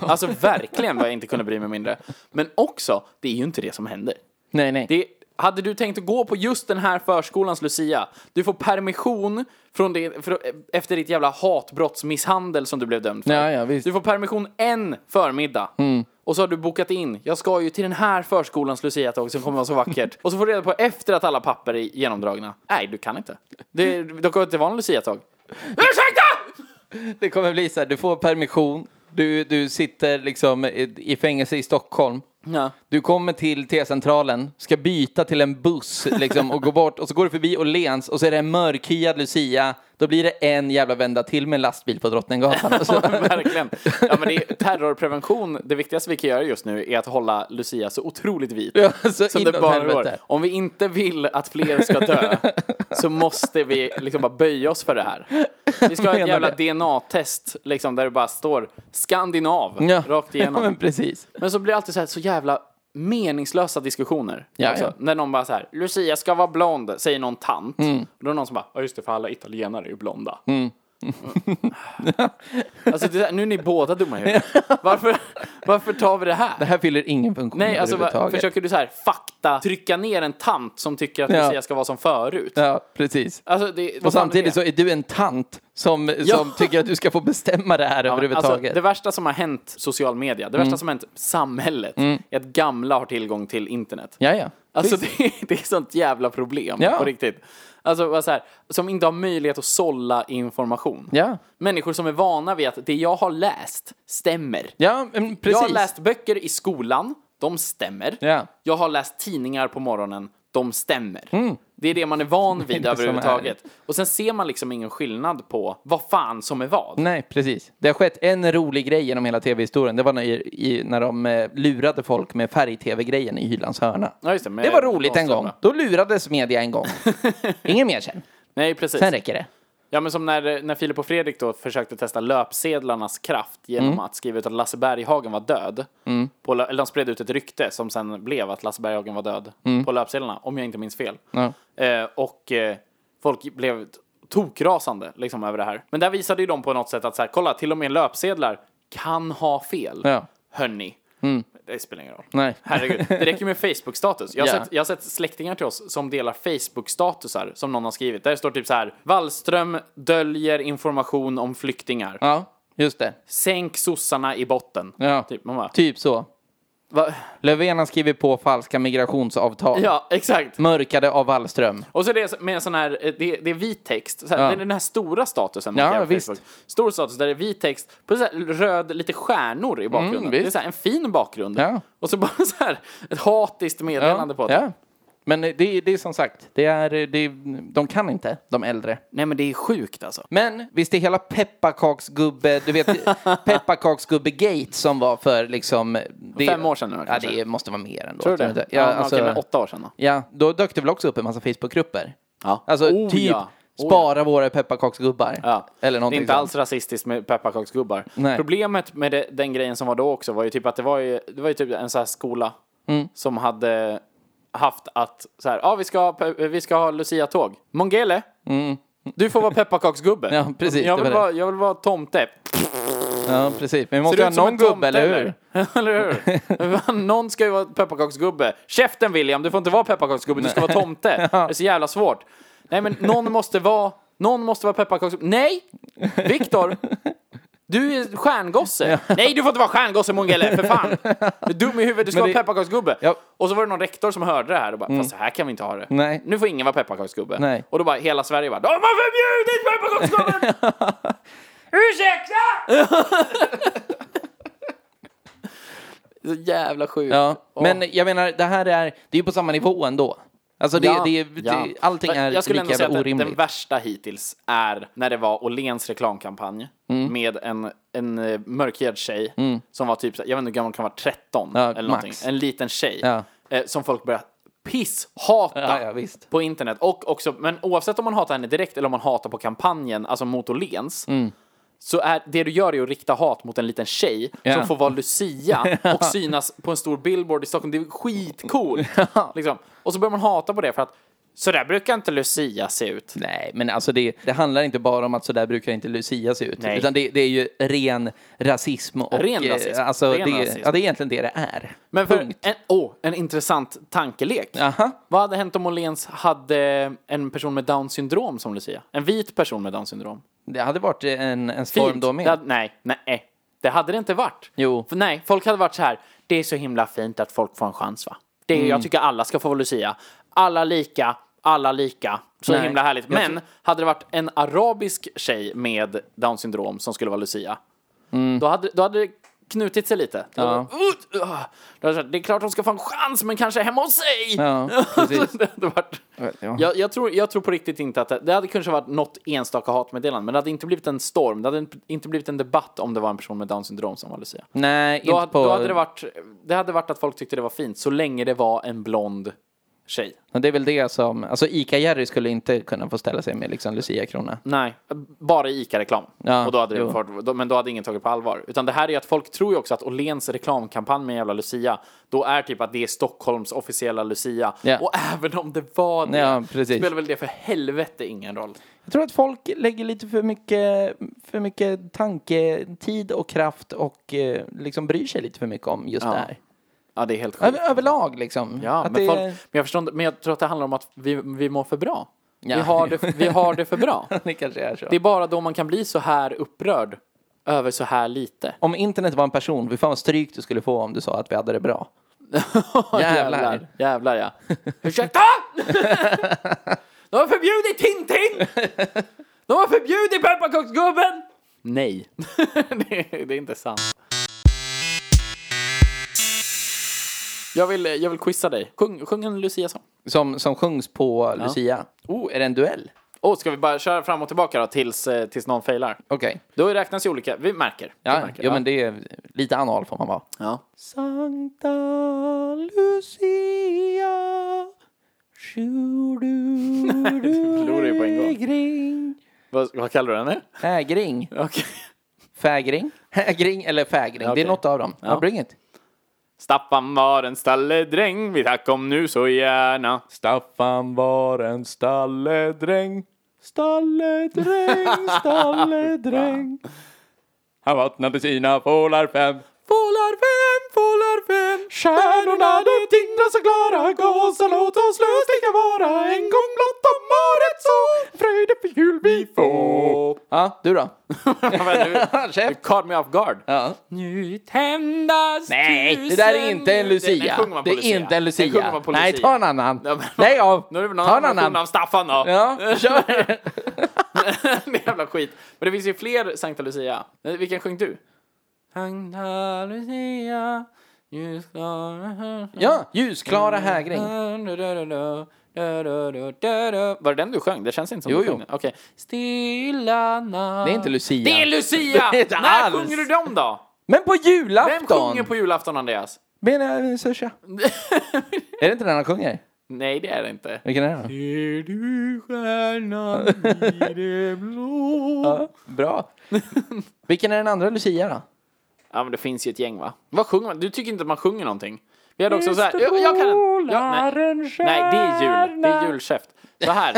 Speaker 3: Alltså verkligen vad jag inte kunde bry mig mindre. Men också, det är ju inte det som händer.
Speaker 4: Nej, nej.
Speaker 3: Det, hade du tänkt att gå på just den här förskolans Lucia, du får permission från det, för, efter ditt jävla hatbrottsmisshandel som du blev dömd för.
Speaker 4: Ja, ja, visst. Mm.
Speaker 3: Du får permission en förmiddag. Och så har du bokat in, jag ska ju till den här förskolans luciatåg som kommer vara så vackert. och så får du reda på efter att alla papper är genomdragna. Nej, du kan inte. Det, då kommer det inte vara en luciatåg. Ursäkta!
Speaker 4: Det kommer bli så här, du får permission, du, du sitter liksom i i fängelse i Stockholm.
Speaker 3: Ja.
Speaker 4: Du kommer till T-centralen, ska byta till en buss liksom, och gå bort och så går du förbi Åhléns och så är det en mörkhyad Lucia. Då blir det en jävla vända till med en lastbil på Drottninggatan. Och så.
Speaker 3: Verkligen. Ja, men det är terrorprevention, det viktigaste vi kan göra just nu är att hålla Lucia så otroligt vit.
Speaker 4: Ja, så
Speaker 3: som det
Speaker 4: inåt
Speaker 3: bara går.
Speaker 4: helvete.
Speaker 3: Om vi inte vill att fler ska dö så måste vi liksom bara böja oss för det här. Vi ska ha ett
Speaker 4: Menar
Speaker 3: jävla DNA-test liksom, där det bara står skandinav rakt
Speaker 4: Ja, men
Speaker 3: igenom.
Speaker 4: precis.
Speaker 3: Men så blir det alltid så, här, så jävla meningslösa diskussioner.
Speaker 4: Ja, ja.
Speaker 3: När någon bara så här, Lucia ska vara blond, säger någon tant.
Speaker 4: Mm.
Speaker 3: Och då är det någon som bara, ja just det, för alla italienare är ju blonda. alltså det är så här, nu är ni båda dumma i huvudet. Varför, varför tar vi det här?
Speaker 4: Det här fyller ingen funktion
Speaker 3: Nej, alltså va,
Speaker 4: överhuvudtaget.
Speaker 3: försöker du så här fakta trycka ner en tant som tycker att
Speaker 4: Ja.
Speaker 3: Lucia ska vara som förut?
Speaker 4: Ja, precis.
Speaker 3: Alltså, det, vad fan är
Speaker 4: Och samtidigt
Speaker 3: det?
Speaker 4: så är du en tant som,
Speaker 3: Ja.
Speaker 4: som tycker att du ska få bestämma det här
Speaker 3: Alltså,
Speaker 4: överhuvudtaget. Mm.
Speaker 3: det värsta som har hänt social media, det värsta som har hänt samhället, är att gamla har tillgång till internet.
Speaker 4: Ja, ja.
Speaker 3: Alltså det är, det är sånt jävla problem
Speaker 4: Ja.
Speaker 3: på riktigt. Alltså bara så här, som inte har möjlighet att sålla information.
Speaker 4: Ja.
Speaker 3: Människor som är vana vid att det jag har läst stämmer.
Speaker 4: Ja, men precis.
Speaker 3: Jag har läst böcker i skolan, de stämmer.
Speaker 4: Ja.
Speaker 3: Jag har läst tidningar på morgonen, de stämmer. Det är det man är van vid
Speaker 4: Mm. Det är det som är
Speaker 3: överhuvudtaget. Och sen ser man liksom ingen skillnad på vad fan som är vad.
Speaker 4: Nej, precis. Det har skett en rolig grej genom hela tv-historien. Det var när, i, när de eh, lurade folk med färg-tv-grejen i Hylands hörna.
Speaker 3: Ja, just det, med
Speaker 4: det var roligt en
Speaker 3: Granström,
Speaker 4: gång.
Speaker 3: va?
Speaker 4: Då lurades media en gång. Ingen mer sen.
Speaker 3: Nej, precis.
Speaker 4: Sen räcker det.
Speaker 3: Ja, men som när, när Filip och Fredrik då försökte testa löpsedlarnas kraft genom
Speaker 4: Mm.
Speaker 3: att skriva ut att Lasse Berghagen var död. På, lö- eller de spred ut ett rykte som sen blev att Lasse Berghagen var död på löpsedlarna, om jag inte minns fel.
Speaker 4: Mm. Ja.
Speaker 3: Eh, och eh, folk blev tokrasande liksom, över det här. Men där visade ju de på något sätt att så här, kolla, till och med löpsedlar kan ha fel.
Speaker 4: Ja. Mm.
Speaker 3: Hörni. Det spelar ingen roll.
Speaker 4: Nej.
Speaker 3: Herregud, det räcker med Facebook-status. Jag, har
Speaker 4: Ja.
Speaker 3: sett- jag har sett släktingar till oss som delar Facebook-statusar som någon har skrivit. Där det står typ så här, Wallström döljer information om flyktingar.
Speaker 4: Ja, just det.
Speaker 3: Sänk sossarna i botten.
Speaker 4: Ja.
Speaker 3: Typ, man bara,
Speaker 4: Typ så.
Speaker 3: va?
Speaker 4: Löfven har skrivit på falska migrationsavtal.
Speaker 3: Ja, exakt.
Speaker 4: Mörkade av Wallström.
Speaker 3: Och så är det med en sån här, eh, det, det är vit text. Så här,
Speaker 4: Ja.
Speaker 3: Det är den här stora statusen. man
Speaker 4: Ja,
Speaker 3: kan göra på
Speaker 4: visst.
Speaker 3: Facebook. Stor status där det är vit text, på så här röd, lite stjärnor i bakgrunden.
Speaker 4: Mm,
Speaker 3: det
Speaker 4: visst.
Speaker 3: är så här, en fin bakgrund.
Speaker 4: Ja.
Speaker 3: Och så bara så här, ett hatiskt meddelande på det.
Speaker 4: ja. Men eh, det, är- det är som sagt, det är, det, är- de kan inte, de äldre.
Speaker 3: Nej men det är sjukt alltså.
Speaker 4: Men visst är hela pepparkaksgubbe, du vet pepparkaksgubbe-gate som var för liksom... det-
Speaker 3: Fem år sedan nu,
Speaker 4: Ja,
Speaker 3: kanske.
Speaker 4: det måste vara mer ändå. tror
Speaker 3: Tror du
Speaker 4: jag
Speaker 3: det?
Speaker 4: inte.
Speaker 3: Ja,
Speaker 4: Ja,
Speaker 3: men
Speaker 4: alltså,
Speaker 3: okej, men åtta år sedan då?
Speaker 4: ja, då dök det väl också upp en massa Facebookgrupper?
Speaker 3: Ja.
Speaker 4: Alltså
Speaker 3: Oh,
Speaker 4: typ
Speaker 3: ja. Oh,
Speaker 4: spara våra pepparkaksgubbar.
Speaker 3: Ja.
Speaker 4: Eller
Speaker 3: det är
Speaker 4: någonting
Speaker 3: inte
Speaker 4: sånt.
Speaker 3: alls rasistiskt med pepparkaksgubbar.
Speaker 4: Nej.
Speaker 3: Problemet med det, den grejen som var då också var ju typ att det var ju, det var ju typ en sån här skola
Speaker 4: Mm.
Speaker 3: som hade haft att så här, ja ah, vi ska ha, pe- vi ska ha Lucia-tåg. Mongele, du får vara pepparkaksgubbe.
Speaker 4: Mm. Ja, precis,
Speaker 3: Jag
Speaker 4: det
Speaker 3: vill,
Speaker 4: var det.
Speaker 3: vara, jag vill vara tomte.
Speaker 4: Ja, precis. Men vi måste
Speaker 3: Ser
Speaker 4: ju ha
Speaker 3: ut som
Speaker 4: någon
Speaker 3: en tomte,
Speaker 4: gubbe, eller hur?
Speaker 3: eller hur? någon ska ju vara pepparkaksgubbe. Käften William, du får inte vara pepparkaksgubbe, du ska vara tomte. Det är så jävla svårt. Nej men någon måste vara, någon måste vara pepparkaksgubbe. Nej! Viktor! Du är stjärngosse. Nej, du får inte vara stjärngosse Mongele, för fan! Du är dum i huvudet, du ska
Speaker 4: Men
Speaker 3: vara
Speaker 4: det-
Speaker 3: pepparkaksgubbe.
Speaker 4: Ja.
Speaker 3: Och så var det någon rektor som hörde det här och bara, fast så här kan vi inte ha det.
Speaker 4: Nej.
Speaker 3: Nu får ingen vara pepparkaksgubbe.
Speaker 4: Nej.
Speaker 3: Och då bara hela Sverige bara, de har förbjudit pepparkaksgubben! Ursäkta! Så jävla sjukt.
Speaker 4: Ja.
Speaker 3: Åh.
Speaker 4: Men jag menar, det här är, det är ju på samma nivå ändå. Alltså det,
Speaker 3: Ja,
Speaker 4: det, det,
Speaker 3: ja.
Speaker 4: allting
Speaker 3: Men
Speaker 4: är
Speaker 3: Jag skulle
Speaker 4: lika
Speaker 3: ändå säga
Speaker 4: jävla
Speaker 3: att den,
Speaker 4: orimligt.
Speaker 3: den värsta hittills är när det var Åhléns reklamkampanj
Speaker 4: Mm.
Speaker 3: med en, en eh, mörkhyad tjej som var typ, så här- jag vet inte hur gammal hon kan vara, 13
Speaker 4: Ja,
Speaker 3: eller någonting.
Speaker 4: max.
Speaker 3: En liten tjej
Speaker 4: Ja.
Speaker 3: eh, som folk började pisshata
Speaker 4: Ja, ja, visst.
Speaker 3: på internet. Och också, men oavsett om man hatar henne direkt eller om man hatar på kampanjen, alltså mot Åhléns,
Speaker 4: Mm.
Speaker 3: så är det du gör är att rikta hat mot en liten tjej
Speaker 4: Ja.
Speaker 3: som får vara Lucia och synas på en stor billboard i Stockholm. Det är skitcoolt! Liksom. Och så börjar man hata på det för att så där brukar inte Lucia se ut.
Speaker 4: Nej, men alltså det, det handlar inte bara om att så där brukar inte Lucia se ut.
Speaker 3: Nej.
Speaker 4: Utan det, det är ju ren rasism. Och,
Speaker 3: Ren
Speaker 4: eh,
Speaker 3: rasism.
Speaker 4: Alltså
Speaker 3: Ren
Speaker 4: det,
Speaker 3: rasism.
Speaker 4: Ja, det är egentligen det det är.
Speaker 3: Men för
Speaker 4: Punkt.
Speaker 3: en, oh, en intressant tankelek.
Speaker 4: Aha.
Speaker 3: Vad hade hänt om Åhléns hade en person med down syndrom som Lucia? En vit person med down syndrom?
Speaker 4: Det hade varit en, en storm
Speaker 3: Fint.
Speaker 4: då med.
Speaker 3: Det hade, nej, nej. Det hade det inte varit.
Speaker 4: Jo.
Speaker 3: För nej, folk hade varit så här. Det
Speaker 4: Mm.
Speaker 3: är så himla fint att folk får en chans va? Det är, Jag tycker alla ska få vara Lucia. Alla lika. alla lika. Så
Speaker 4: Nej.
Speaker 3: himla härligt.
Speaker 4: Jag
Speaker 3: Men hade det varit en arabisk tjej med down syndrom som skulle vara Lucia, då, hade, då hade det knutit sig lite. Då
Speaker 4: Mm. Ja.
Speaker 3: Ut! Ah! Då hade jag sagt, det är klart hon ska få en chans, men kanske hemma hos sig!
Speaker 4: Ja, precis.
Speaker 3: det hade varit...
Speaker 4: Ja.
Speaker 3: Jag, jag, tror, jag tror på riktigt inte att det, det hade kanske varit något enstaka hatmeddelande, men det hade inte blivit en storm. Det hade inte- inte blivit en debatt om det var en person med down syndrom som var Lucia.
Speaker 4: Nej,
Speaker 3: Då,
Speaker 4: inte
Speaker 3: hade-
Speaker 4: på...
Speaker 3: då hade det varit, det hade varit att folk tyckte det var fint, så länge det var en blond tjej.
Speaker 4: Men Det är väl det som... Alltså Ica-Jerry skulle inte kunna få ställa sig med liksom Lucia-krona.
Speaker 3: Nej, bara i ICA-reklam.
Speaker 4: Ja,
Speaker 3: och då hade det
Speaker 4: jo.
Speaker 3: varit- då- men då hade ingen tagit på allvar. Utan det här är ju att folk tror ju också att Åhléns reklamkampanj med jävla Lucia, då är typ att det är Stockholms officiella Lucia.
Speaker 4: Ja.
Speaker 3: Och även om det var det,
Speaker 4: Ja, precis.
Speaker 3: spelar väl det för helvete ingen roll.
Speaker 4: Jag tror att folk lägger lite för mycket, för mycket tanketid och kraft och eh, liksom bryr sig lite för mycket om just det här.
Speaker 3: Ja, det är helt sjukt.
Speaker 4: Över, överlag liksom.
Speaker 3: Ja,
Speaker 4: att
Speaker 3: men,
Speaker 4: det,
Speaker 3: folk, men, jag förstår, inte- men jag tror att det handlar om att vi, vi mår för bra.
Speaker 4: Ja.
Speaker 3: Vi, har det, vi har det för bra.
Speaker 4: det kanske är så.
Speaker 3: Det är bara då man kan bli så här upprörd över så här lite.
Speaker 4: Om internet var en person, fy fan vad stryk du skulle få om du sa att vi hade det bra.
Speaker 3: Jävlar. Jävlar ja. Ursäkta! De har förbjudit Tintin! De har förbjudit pepparkaksgubben! Nej. det, det är inte sant. Jag vill, jag vill quizza dig. Sjung, sjung en Lucia-sång.
Speaker 4: Som, som sjungs på Lucia. Oh, är det en duell?
Speaker 3: Och Oh, ska vi bara köra fram och tillbaka då tills, eh, tills någon failar?
Speaker 4: Okej.
Speaker 3: Då räknas ju olika. Vi märker. vi
Speaker 4: Ja,
Speaker 3: märker.
Speaker 4: ja, men det är lite anal får man vara.
Speaker 3: ja.
Speaker 4: Sankta Lucia
Speaker 3: Förlorar ju på en gång.
Speaker 4: Fägring
Speaker 3: Vad, vad kallar du henne?
Speaker 4: Hägring
Speaker 3: Okej.
Speaker 4: Fägring Hägring eller fägring Det
Speaker 3: Okej.
Speaker 4: är något av dem ja. bring it
Speaker 3: Staffan var en stalledräng, vi tack om nu så gärna.
Speaker 4: Staffan var en stalledräng Stalledräng, stalledräng Han vattnade sina fålar fem
Speaker 3: Fålar fem, fålar fem Stjärnorna de tindrar så klara Gåsa låt oss lösningar vara En gång blott om året så Fröjd för jul vi får
Speaker 4: Ja, du då?
Speaker 3: Du caught me off guard
Speaker 4: Ja.
Speaker 3: Nu tändas
Speaker 4: Nej, det där är inte en Lucia.
Speaker 3: Den sjunger man på
Speaker 4: Det är
Speaker 3: Lucia.
Speaker 4: inte en
Speaker 3: Den sjunger
Speaker 4: Lucia.
Speaker 3: man på
Speaker 4: Nej,
Speaker 3: Lucia.
Speaker 4: ta en annan.
Speaker 3: Ja, men-
Speaker 4: Lägg av.
Speaker 3: Nu är det väl
Speaker 4: Ta
Speaker 3: någon
Speaker 4: en
Speaker 3: version av
Speaker 4: annan.
Speaker 3: Staffan då.
Speaker 4: Ja, kör.
Speaker 3: det är jävla skit. Men det finns ju fler Sankta Lucia. Eh, Vilken sjöng du? Sankta Lucia ljusklara-
Speaker 4: Ja, ljusklara hägring.
Speaker 3: Var det den du sjöng? Det känns inte som
Speaker 4: Jo,
Speaker 3: du
Speaker 4: jo.
Speaker 3: sjöng den. Okej. Stilla natt.
Speaker 4: Det är inte Lucia.
Speaker 3: Det är Lucia!
Speaker 4: Det är inte
Speaker 3: När
Speaker 4: alls.
Speaker 3: sjunger du dem då?
Speaker 4: Men på
Speaker 3: Vem
Speaker 4: julafton!
Speaker 3: sjunger på julafton, Andreas?
Speaker 4: Menar jag Sasha? Är det inte den han sjunger?
Speaker 3: Nej, det är det inte.
Speaker 4: Vilken är det då?
Speaker 3: Är du stjärnan i det blå?
Speaker 4: Ja, bra. Vilken är den andra Lucia då?
Speaker 3: Ja men det finns ju ett gäng va? Vad sjunger man? Du tycker inte att man sjunger någonting? Vi hade också så här. Jag, jag kan den! Ja, nej. nej det är jul, det är julkäft. Så här,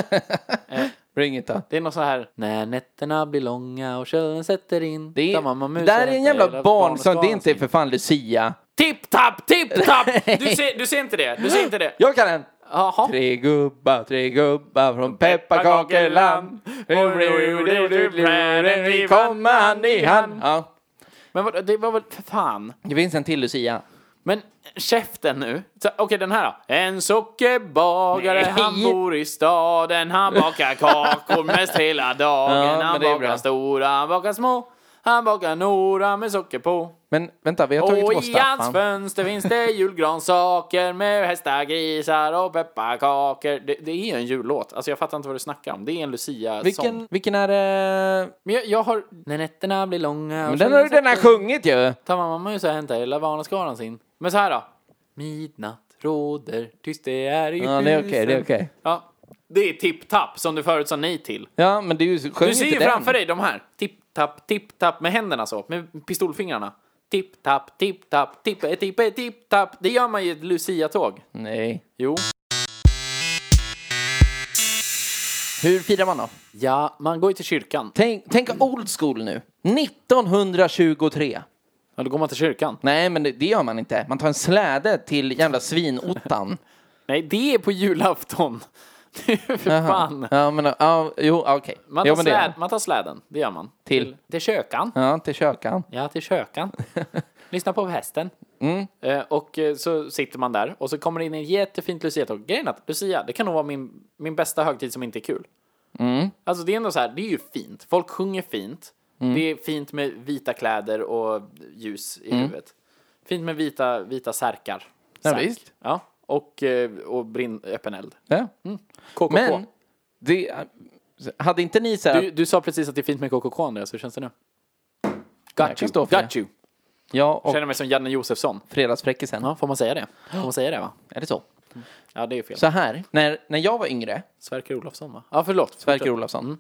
Speaker 4: Bring it då.
Speaker 3: det är något så här. När nätterna blir långa och kölen sätter in.
Speaker 4: Det
Speaker 3: tar mamma
Speaker 4: är,
Speaker 3: musen
Speaker 4: där är en
Speaker 3: efter
Speaker 4: jävla
Speaker 3: hela
Speaker 4: barnsång.
Speaker 3: barnets
Speaker 4: Det är inte för
Speaker 3: barnsång.
Speaker 4: fan Lucia.
Speaker 3: Tipp tapp, tipp tapp! Du ser, du ser inte det, du ser inte det.
Speaker 4: Jag kan den!
Speaker 3: Jaha.
Speaker 4: Tre gubbar, tre gubbar från pepparkakeland Vi kommer hand i hand ja.
Speaker 3: Men vad, det var väl, för fan.
Speaker 4: Det finns en till Lucia.
Speaker 3: Men käften nu. Så- Okej, den här då. En sockerbagare,
Speaker 4: Nej.
Speaker 3: han bor i staden, han bakar kakor mest hela dagen.
Speaker 4: Ja, men
Speaker 3: han
Speaker 4: det är
Speaker 3: bakar
Speaker 4: bra.
Speaker 3: stora, han bakar små, han bakar några med socker på.
Speaker 4: Men vänta, vi har tagit
Speaker 3: Och
Speaker 4: bort
Speaker 3: i hans
Speaker 4: Staffan.
Speaker 3: fönster finns det julgransaker med hästar, grisar och pepparkakor. Det, det är ju en jullåt. Alltså jag fattar inte vad du snackar om. Det är en Lucia-sång.
Speaker 4: Vilken, vilken är det?
Speaker 3: Men jag, jag har... När nätterna blir långa och
Speaker 4: Men den har ju
Speaker 3: solen
Speaker 4: den här
Speaker 3: sätter-
Speaker 4: sjungit ju.
Speaker 3: Ta mamma mus och hämta hela barnaskaran sin. Men så här då. Midnatt råder, tyst det är i
Speaker 4: Ja, det är
Speaker 3: husen.
Speaker 4: okej, det är okej.
Speaker 3: Ja, det är tipp-tapp som du förut sa nej till.
Speaker 4: Ja, men du sjöng
Speaker 3: Du ser ju
Speaker 4: inte den.
Speaker 3: framför dig de här. Tipp-tapp, tipp-tapp med händerna så, med pistolfingrarna. Tipp-tapp, tipp-tapp, tippe, tippe, eh, tipp-tapp. Det gör man ju i ett Lucia-tåg.
Speaker 4: Nej.
Speaker 3: Jo.
Speaker 4: Hur firar man då?
Speaker 3: Ja, man går ju till kyrkan.
Speaker 4: Tänk, tänk old school nu. 1923.
Speaker 3: Ja, då går man till kyrkan.
Speaker 4: Nej, men det, det gör man inte. Man tar en släde till jävla svinottan.
Speaker 3: Nej, det är på julafton. Det är för
Speaker 4: Jaha.
Speaker 3: fan.
Speaker 4: Ja, men ja, jo, okej.
Speaker 3: Man tar,
Speaker 4: jo, men det gör
Speaker 3: släd, man tar släden, det gör man.
Speaker 4: Till?
Speaker 3: Till kökan.
Speaker 4: Ja, till kökan.
Speaker 3: Ja, till kökan. Lyssna på hästen.
Speaker 4: Mm.
Speaker 3: Eh, Och eh, så sitter man där och så kommer det in en jättefint luciatåg. Grejen är att lucia, det kan nog vara min, min bästa högtid som inte är kul.
Speaker 4: Mm.
Speaker 3: Alltså det är ändå så här, det är ju fint. Folk sjunger fint.
Speaker 4: Mm.
Speaker 3: Det är fint med vita kläder och ljus i huvudet. Fint med vita, vita särkar.
Speaker 4: Mm. Ja,
Speaker 3: Särk.
Speaker 4: visst.
Speaker 3: Ja, och, eh, och brinn, öppen eld.
Speaker 4: Ja.
Speaker 3: Mm. KKK.
Speaker 4: Men, det, hade inte ni så här...
Speaker 3: Du, du sa precis att det är fint med KKK Andreas, hur känns det nu?
Speaker 4: kan
Speaker 3: Got you,
Speaker 4: stå för det.
Speaker 3: got you.
Speaker 4: ja, och
Speaker 3: Känner mig som Janne Josefsson.
Speaker 4: fredagsfräckisen.
Speaker 3: Ja, får man säga det? Får man säga det va?
Speaker 4: Är det så?
Speaker 3: Ja, det är ju fel.
Speaker 4: Så här, när, när jag var yngre,
Speaker 3: Sverker Olofsson va? Ja, förlåt.
Speaker 4: Sverker Olofsson. Mm.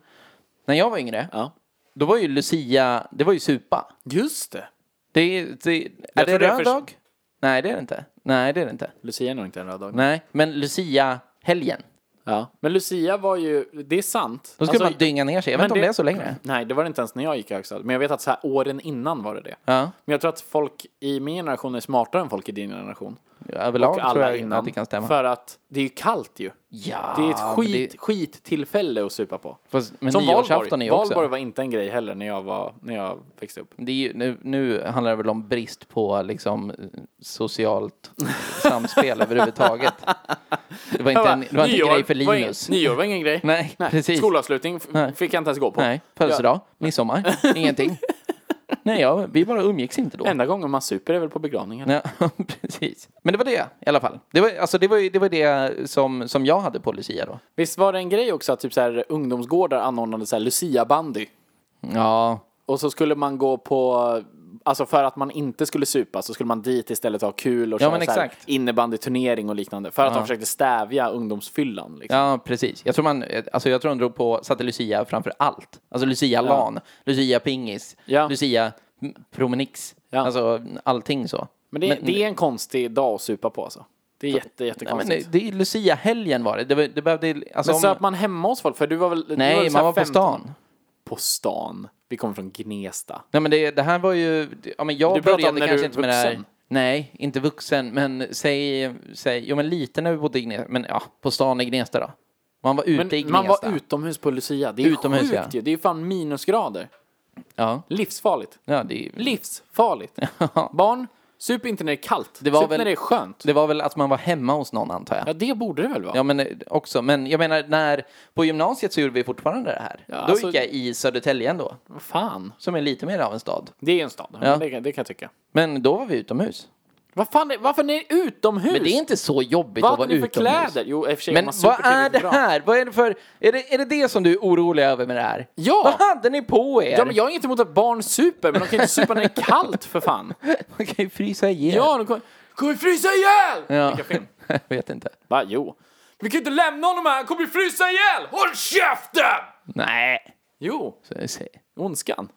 Speaker 4: När jag var yngre,
Speaker 3: Ja.
Speaker 4: då var ju Lucia, det var ju supa.
Speaker 3: Just det.
Speaker 4: Det, är- det, är det
Speaker 3: trodde jag
Speaker 4: röd
Speaker 3: förs-
Speaker 4: dag? Nej, det är det inte. Nej, det är det inte.
Speaker 3: Lucia är nog inte en röd dag.
Speaker 4: Nej, men Lucia-helgen.
Speaker 3: Ja. Men Lucia var ju, det är sant.
Speaker 4: Då skulle man dynga ner sig. Jag vet
Speaker 3: Alltså, men
Speaker 4: inte om det är så längre.
Speaker 3: Nej, det var det inte ens när jag gick i högstadiet. Men jag vet att så här, åren innan var det det.
Speaker 4: Ja.
Speaker 3: Men jag tror att folk i min generation är smartare än folk i din generation.
Speaker 4: Överlag
Speaker 3: och alla
Speaker 4: tror jag
Speaker 3: innan.
Speaker 4: att det kan stämma.
Speaker 3: För att det är ju kallt ju.
Speaker 4: Ja,
Speaker 3: Det är ett
Speaker 4: men
Speaker 3: skit,
Speaker 4: det-
Speaker 3: skittillfälle att supa på.
Speaker 4: Fast, men
Speaker 3: Som
Speaker 4: nyårsafton är
Speaker 3: Valborg.
Speaker 4: ju också...
Speaker 3: Valborg var inte en grej heller när jag, var, när jag växte upp.
Speaker 4: Det är ju, nu, nu handlar det väl om brist på liksom, eh, socialt samspel överhuvudtaget. Det var inte en, det var inte en grej för
Speaker 3: var
Speaker 4: Linus.
Speaker 3: ingen- nyår var ingen grej.
Speaker 4: Nej, precis.
Speaker 3: Skolavslutning f-
Speaker 4: Nej.
Speaker 3: fick jag inte ens gå på.
Speaker 4: Nej, födelsedag, midsommar, ingenting. Nej, ja, vi bara umgicks inte då.
Speaker 3: Enda gången man super är väl på begravningen.
Speaker 4: Ja, precis. Men det var det i alla fall. Det var, alltså, det var, ju- det, var det som, som jag hade på Lucia då.
Speaker 3: Visst var det en grej också att typ så här, ungdomsgårdar anordnade så här Lucia-bandy?
Speaker 4: Ja,
Speaker 3: Och så skulle man gå på, alltså för att man inte skulle supa så skulle man dit istället och ha kul och
Speaker 4: Ja,
Speaker 3: köra
Speaker 4: men
Speaker 3: så här
Speaker 4: exakt.
Speaker 3: innebandyturnering och liknande. För att de försökte stävja ungdomsfyllan. Liksom.
Speaker 4: ja precis. Jag tror, man, alltså, jag tror hon drog på, satte Lucia framför allt. Alltså Lucia-lan, Lucia-pingis,
Speaker 3: Ja.
Speaker 4: Lucia-promenix.
Speaker 3: Ja.
Speaker 4: Alltså allting så.
Speaker 3: Men, det, det är en konstig dag att supa på alltså. Det är jätte,
Speaker 4: Nej, men
Speaker 3: jättekonstigt.
Speaker 4: det, det är Lucia-helgen var det. Det, var, det behövde... Alltså,
Speaker 3: men
Speaker 4: om,
Speaker 3: söp man hemma hos folk? För du var väl... du var
Speaker 4: nej,
Speaker 3: väl så
Speaker 4: man
Speaker 3: här
Speaker 4: var på
Speaker 3: 15
Speaker 4: stan.
Speaker 3: På stan. Vi kommer från Gnesta.
Speaker 4: Nej, men det, det här var ju... det- Ja, men jag
Speaker 3: Du pratar om
Speaker 4: började
Speaker 3: när
Speaker 4: kanske
Speaker 3: du är
Speaker 4: inte med det här.
Speaker 3: vuxen.
Speaker 4: Nej, inte vuxen, men säg... säg jo, men lite när vi bodde i Gnesta. Men ja, på stan i Gnesta då. Man var ute
Speaker 3: Men
Speaker 4: i Gnesta.
Speaker 3: man var utomhus på Lucia. Det är
Speaker 4: Utomhus,
Speaker 3: sjukt
Speaker 4: ja.
Speaker 3: ju. Det är ju fan minusgrader.
Speaker 4: Ja,
Speaker 3: Livsfarligt.
Speaker 4: ja det, är ju-
Speaker 3: Livsfarligt. Barn, sup inte när det är kallt.
Speaker 4: Det var
Speaker 3: sup
Speaker 4: väl-
Speaker 3: när det är skönt.
Speaker 4: det var väl att man var hemma hos någon, antar jag.
Speaker 3: Ja, det borde det väl vara?
Speaker 4: Ja, men eh, också. Men jag menar, när, på gymnasiet så gjorde vi fortfarande det här. då
Speaker 3: alltså-
Speaker 4: gick jag i Södertälje ändå,
Speaker 3: Vad fan.
Speaker 4: som är lite mer av en stad.
Speaker 3: Det är en stad.
Speaker 4: Ja.
Speaker 3: Det, kan- det kan jag tycka.
Speaker 4: Men då var vi utomhus.
Speaker 3: Vad fan, är- varför är ni utomhus?
Speaker 4: Men det är inte så jobbigt
Speaker 3: Vad
Speaker 4: att
Speaker 3: hade
Speaker 4: vara
Speaker 3: ni för
Speaker 4: utomhus.
Speaker 3: kläder? Jo, i och för sig, om
Speaker 4: Men
Speaker 3: man super
Speaker 4: vad är det
Speaker 3: tillräckligt bra.
Speaker 4: här? Vad är det för... Är det, är det det som du är orolig över med det här?
Speaker 3: Ja.
Speaker 4: Vad hade ni på er?
Speaker 3: Ja, men jag har inget emot att barn super, men de kan inte supa när det är kallt för fan.
Speaker 4: Man kan ju frysa ihjäl.
Speaker 3: Ja, de kommer... Kommer vi frysa ihjäl!
Speaker 4: Ja.
Speaker 3: Vilka film?
Speaker 4: Jag vet inte.
Speaker 3: Va, jo. Vi kan inte lämna honom här, han kommer vi frysa ihjäl! Håll käften!
Speaker 4: Nej.
Speaker 3: Jo,
Speaker 4: Så jag säger-
Speaker 3: ondskan.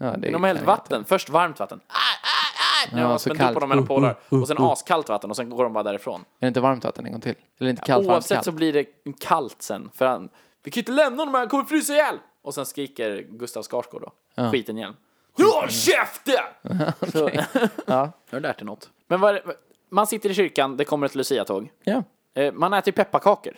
Speaker 4: Ja, det
Speaker 3: Men de
Speaker 4: kan
Speaker 3: har
Speaker 4: jag
Speaker 3: hällt vatten. Först varmt vatten. Ah, ah, ah. Nu har man
Speaker 4: så
Speaker 3: spänt upp
Speaker 4: kallt.
Speaker 3: honom mellan
Speaker 4: Uh,
Speaker 3: pålar.
Speaker 4: uh, uh,
Speaker 3: Och sen
Speaker 4: uh.
Speaker 3: askallt vatten och sen går de bara därifrån.
Speaker 4: inte. Är det inte varmt vatten en gång till? Eller inte kallt, varmt,
Speaker 3: Oavsett
Speaker 4: kallt?
Speaker 3: så blir det kallt sen. För han, vi kan ju inte lämna honom här, han kommer frysa ihjäl! Och sen skriker Gustav Skarsgård då, skiten igen. Håll käften! Så-
Speaker 4: Ja.
Speaker 3: Har du lärt dig något? Men vad är det, man sitter i kyrkan, det kommer ett luciatåg.
Speaker 4: Ja.
Speaker 3: Eh, Man äter ju pepparkakor.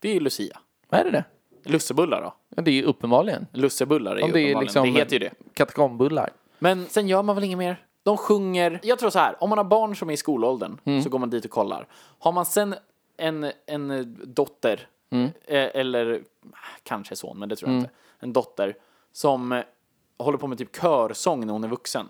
Speaker 3: Det är ju lucia.
Speaker 4: Vad är det det?
Speaker 3: Lussebullar då?
Speaker 4: Ja, det är ju uppenbarligen.
Speaker 3: Lussebullar är ju
Speaker 4: Om det är
Speaker 3: uppenbarligen-
Speaker 4: liksom...
Speaker 3: det heter ju det.
Speaker 4: Katakombullar.
Speaker 3: Men sen gör man väl inget mer? De sjunger. Mm. Jag tror så här, om man har barn som är i skolåldern så går man dit och kollar. Har man sen en, en dotter, eh, eller ah, kanske son, men det tror jag inte, en dotter som eh, håller på med typ körsång när hon är vuxen.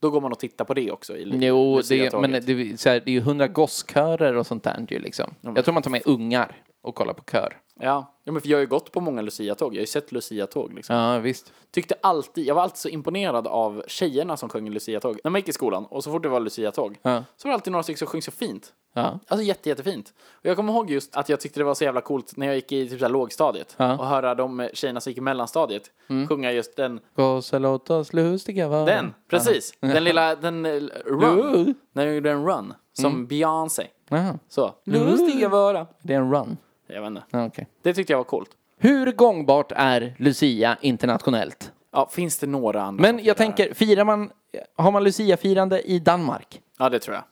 Speaker 3: Då går man och tittar på Mm. det också. I li-
Speaker 4: Jo, det,
Speaker 3: Lucia-tåget.
Speaker 4: men det, är så här, det är ju hundra gosskörer och sånt där ju liksom. Jag tror man tar med ungar och kollar på kör.
Speaker 3: Ja. ja, men för jag har ju gått på många luciatåg. Jag har ju sett luciatåg liksom.
Speaker 4: Ja, visst.
Speaker 3: Tyckte alltid, jag var alltid så imponerad av tjejerna som sjöng i luciatåg. När man gick i skolan och så fort det var luciatåg
Speaker 4: Ja.
Speaker 3: så var det alltid några stycken som sjöng så fint.
Speaker 4: Ja.
Speaker 3: Alltså jätte, jättefint. Och jag kommer ihåg just att jag tyckte det var så jävla coolt när jag gick i typ så här lågstadiet
Speaker 4: Ja. Mm.
Speaker 3: och höra de tjejerna som gick i mellanstadiet sjunga just den.
Speaker 4: Gossar, låt oss lustiga vara.
Speaker 3: Den, precis. Den lilla, den eh,
Speaker 4: Uh.
Speaker 3: run. När jag gjorde en run. Som
Speaker 4: Mm.
Speaker 3: Beyoncé.
Speaker 4: Jaha,
Speaker 3: Så. Lustiga vara.
Speaker 4: det är en run.
Speaker 3: Jag vet inte.
Speaker 4: Ja, okej.
Speaker 3: Det tyckte jag var coolt.
Speaker 4: Hur gångbart är Lucia internationellt?
Speaker 3: Ja, finns det några andra? som
Speaker 4: Men
Speaker 3: firar
Speaker 4: jag
Speaker 3: det här?
Speaker 4: tänker, firar man, har man Lucia-firande i Danmark?
Speaker 3: Ja, det tror jag.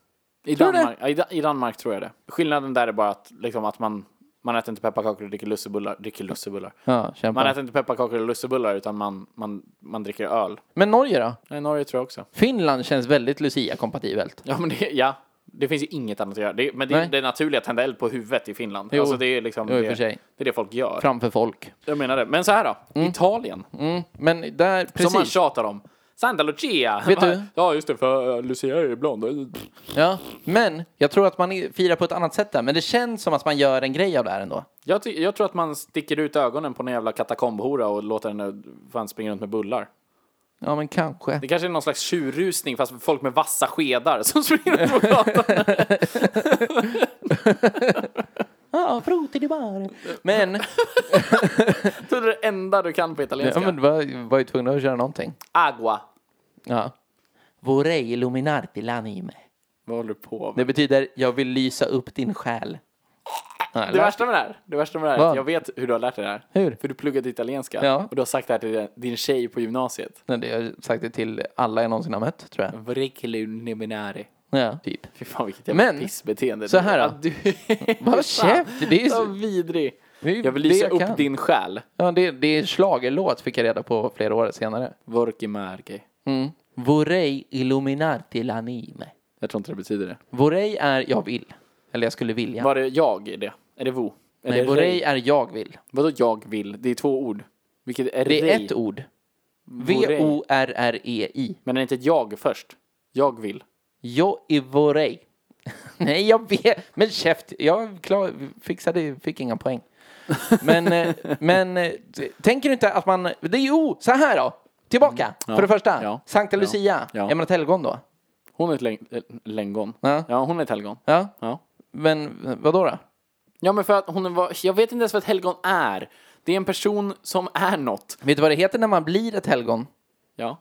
Speaker 3: I,
Speaker 4: Tror du
Speaker 3: Danmark, ja, i, Da- I Danmark tror jag det. Skillnaden där är bara att, liksom, att man, Man äter inte pepparkakor och dricker lussebullar. Dricker lussebullar.
Speaker 4: Ja,
Speaker 3: Man
Speaker 4: kämpa.
Speaker 3: äter inte pepparkakor och lussebullar utan man, man, man dricker öl.
Speaker 4: Men Norge då?
Speaker 3: Nej, Norge tror jag också.
Speaker 4: Finland känns väldigt Lucia-kompatibelt.
Speaker 3: Ja, men det, ja. det finns ju inget annat att göra. Det, men det,
Speaker 4: Nej.
Speaker 3: det är naturligt att tända eld på huvudet i Finland.
Speaker 4: Jo.
Speaker 3: Alltså det är liksom
Speaker 4: Jo, i och
Speaker 3: det,
Speaker 4: för sig.
Speaker 3: det är det folk gör.
Speaker 4: Framför folk.
Speaker 3: Jag menar det. Men så här då, Italien,
Speaker 4: Mm. Men där, precis.
Speaker 3: som man tjatar om. Santa Lucia!
Speaker 4: Vet du?
Speaker 3: Ja, just det, för eh, Lucia är ju blond.
Speaker 4: Ja, men jag tror att man i- firar på ett annat sätt där. Men det känns som att man gör en grej av det här ändå.
Speaker 3: Jag, ty- jag tror att man sticker ut ögonen på en jävla katakombhora och låter henne fan springa runt med bullar.
Speaker 4: Ja, men kanske.
Speaker 3: Det kanske är någon slags tjurrusning fast folk med vassa skedar som springer runt på gatan.
Speaker 4: Ja, frutti di mare. Men,
Speaker 3: Det är det enda du kan på italienska.
Speaker 4: ja, men var, var ju tvungen att köra någonting.
Speaker 3: Agua.
Speaker 4: Ja. Vorrei illuminarti l'anime.
Speaker 3: Vad håller du på med?
Speaker 4: Det betyder jag vill lysa upp din själ. Ja,
Speaker 3: Det
Speaker 4: eller?
Speaker 3: värsta med det här, det värsta med det här är
Speaker 4: Vad?
Speaker 3: att jag vet hur du har lärt dig det här.
Speaker 4: Hur?
Speaker 3: För du pluggade italienska
Speaker 4: Ja.
Speaker 3: och du har sagt det här till din tjej på gymnasiet.
Speaker 4: Nej, det har jag sagt det till alla jag någonsin har mött, tror jag.
Speaker 3: Vrickelineminari.
Speaker 4: Ja, typ.
Speaker 3: Fy fan vilket jävla
Speaker 4: Men,
Speaker 3: pissbeteende.
Speaker 4: så här då.
Speaker 3: Ja, du...
Speaker 4: Vad
Speaker 3: Fan,
Speaker 4: käft, det är ju så-
Speaker 3: Så vidrig.
Speaker 4: Det är ju
Speaker 3: Jag vill
Speaker 4: det
Speaker 3: lysa
Speaker 4: jag
Speaker 3: upp
Speaker 4: kan.
Speaker 3: din själ.
Speaker 4: Ja, det, det är schlagerlåt fick jag reda på flera år senare.
Speaker 3: Vorkimerki.
Speaker 4: Mm. Vorrei illuminarti l'anime.
Speaker 3: Jag tror inte det betyder det.
Speaker 4: Vorrei är jag vill. Eller jag skulle vilja.
Speaker 3: Var det jag i det? Är det vo? Är
Speaker 4: Nej,
Speaker 3: det
Speaker 4: vorrei
Speaker 3: rej?
Speaker 4: är jag vill.
Speaker 3: Vadå jag vill? Det är två ord. Vilket är
Speaker 4: Det är
Speaker 3: rej?
Speaker 4: ett ord.
Speaker 3: Vorrei.
Speaker 4: V-O-R-R-E-I.
Speaker 3: Men är det inte ett jag först? Jag vill.
Speaker 4: Jag är vorrei. Nej, jag vet. Men käft, jag klar, fixade, fick inga poäng. Men, eh, men eh, t- tänker du inte att man... Det är ju, oh, så här då. Tillbaka, för det första.
Speaker 3: Mm, Ja.
Speaker 4: Sankta Lucia.
Speaker 3: Ja.
Speaker 4: Är man ett helgon då?
Speaker 3: Hon är ett läng- äh, längon.
Speaker 4: Ja.
Speaker 3: ja, hon är ett helgon.
Speaker 4: Ja.
Speaker 3: Ja.
Speaker 4: Men vad då? då?
Speaker 3: Ja, men för att hon var... Jag vet inte ens vad ett helgon är. Det är en person som är något.
Speaker 4: Vet du vad det heter när man blir ett helgon?
Speaker 3: Ja,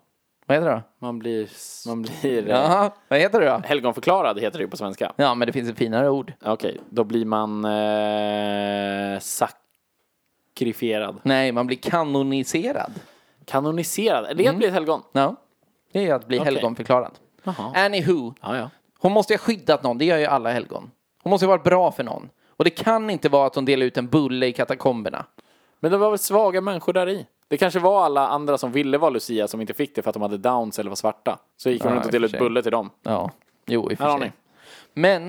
Speaker 4: Vad heter det då?
Speaker 3: man blir... Man blir... Ja.
Speaker 4: Ja, vad heter det då?
Speaker 3: Helgonförklarad heter det ju på svenska.
Speaker 4: Ja, men det finns ett finare ord.
Speaker 3: Okej, då blir man... Eh, sakrifierad.
Speaker 4: Nej, man blir kanoniserad.
Speaker 3: Kanoniserad. Är det
Speaker 4: Mm.
Speaker 3: att bli ett helgon?
Speaker 4: Ja, det är att bli
Speaker 3: Okej.
Speaker 4: helgonförklarad.
Speaker 3: Jaha.
Speaker 4: Anywho,
Speaker 3: Ja, ja.
Speaker 4: hon måste ju ha skyddat någon, det gör ju alla helgon. Hon måste ju ha varit bra för någon. Och det kan inte vara att hon delar ut en bulle i katakomberna.
Speaker 3: Men det var väl svaga människor där i. Det kanske var alla andra som ville vara Lucia som inte fick det för att de hade downs eller var svarta. Så gick hon
Speaker 4: Ja, i
Speaker 3: runt och
Speaker 4: och
Speaker 3: delade
Speaker 4: för
Speaker 3: ut
Speaker 4: sig.
Speaker 3: bulle till dem.
Speaker 4: Ja, jo i och
Speaker 3: Här
Speaker 4: för
Speaker 3: har ni.
Speaker 4: sig. Men,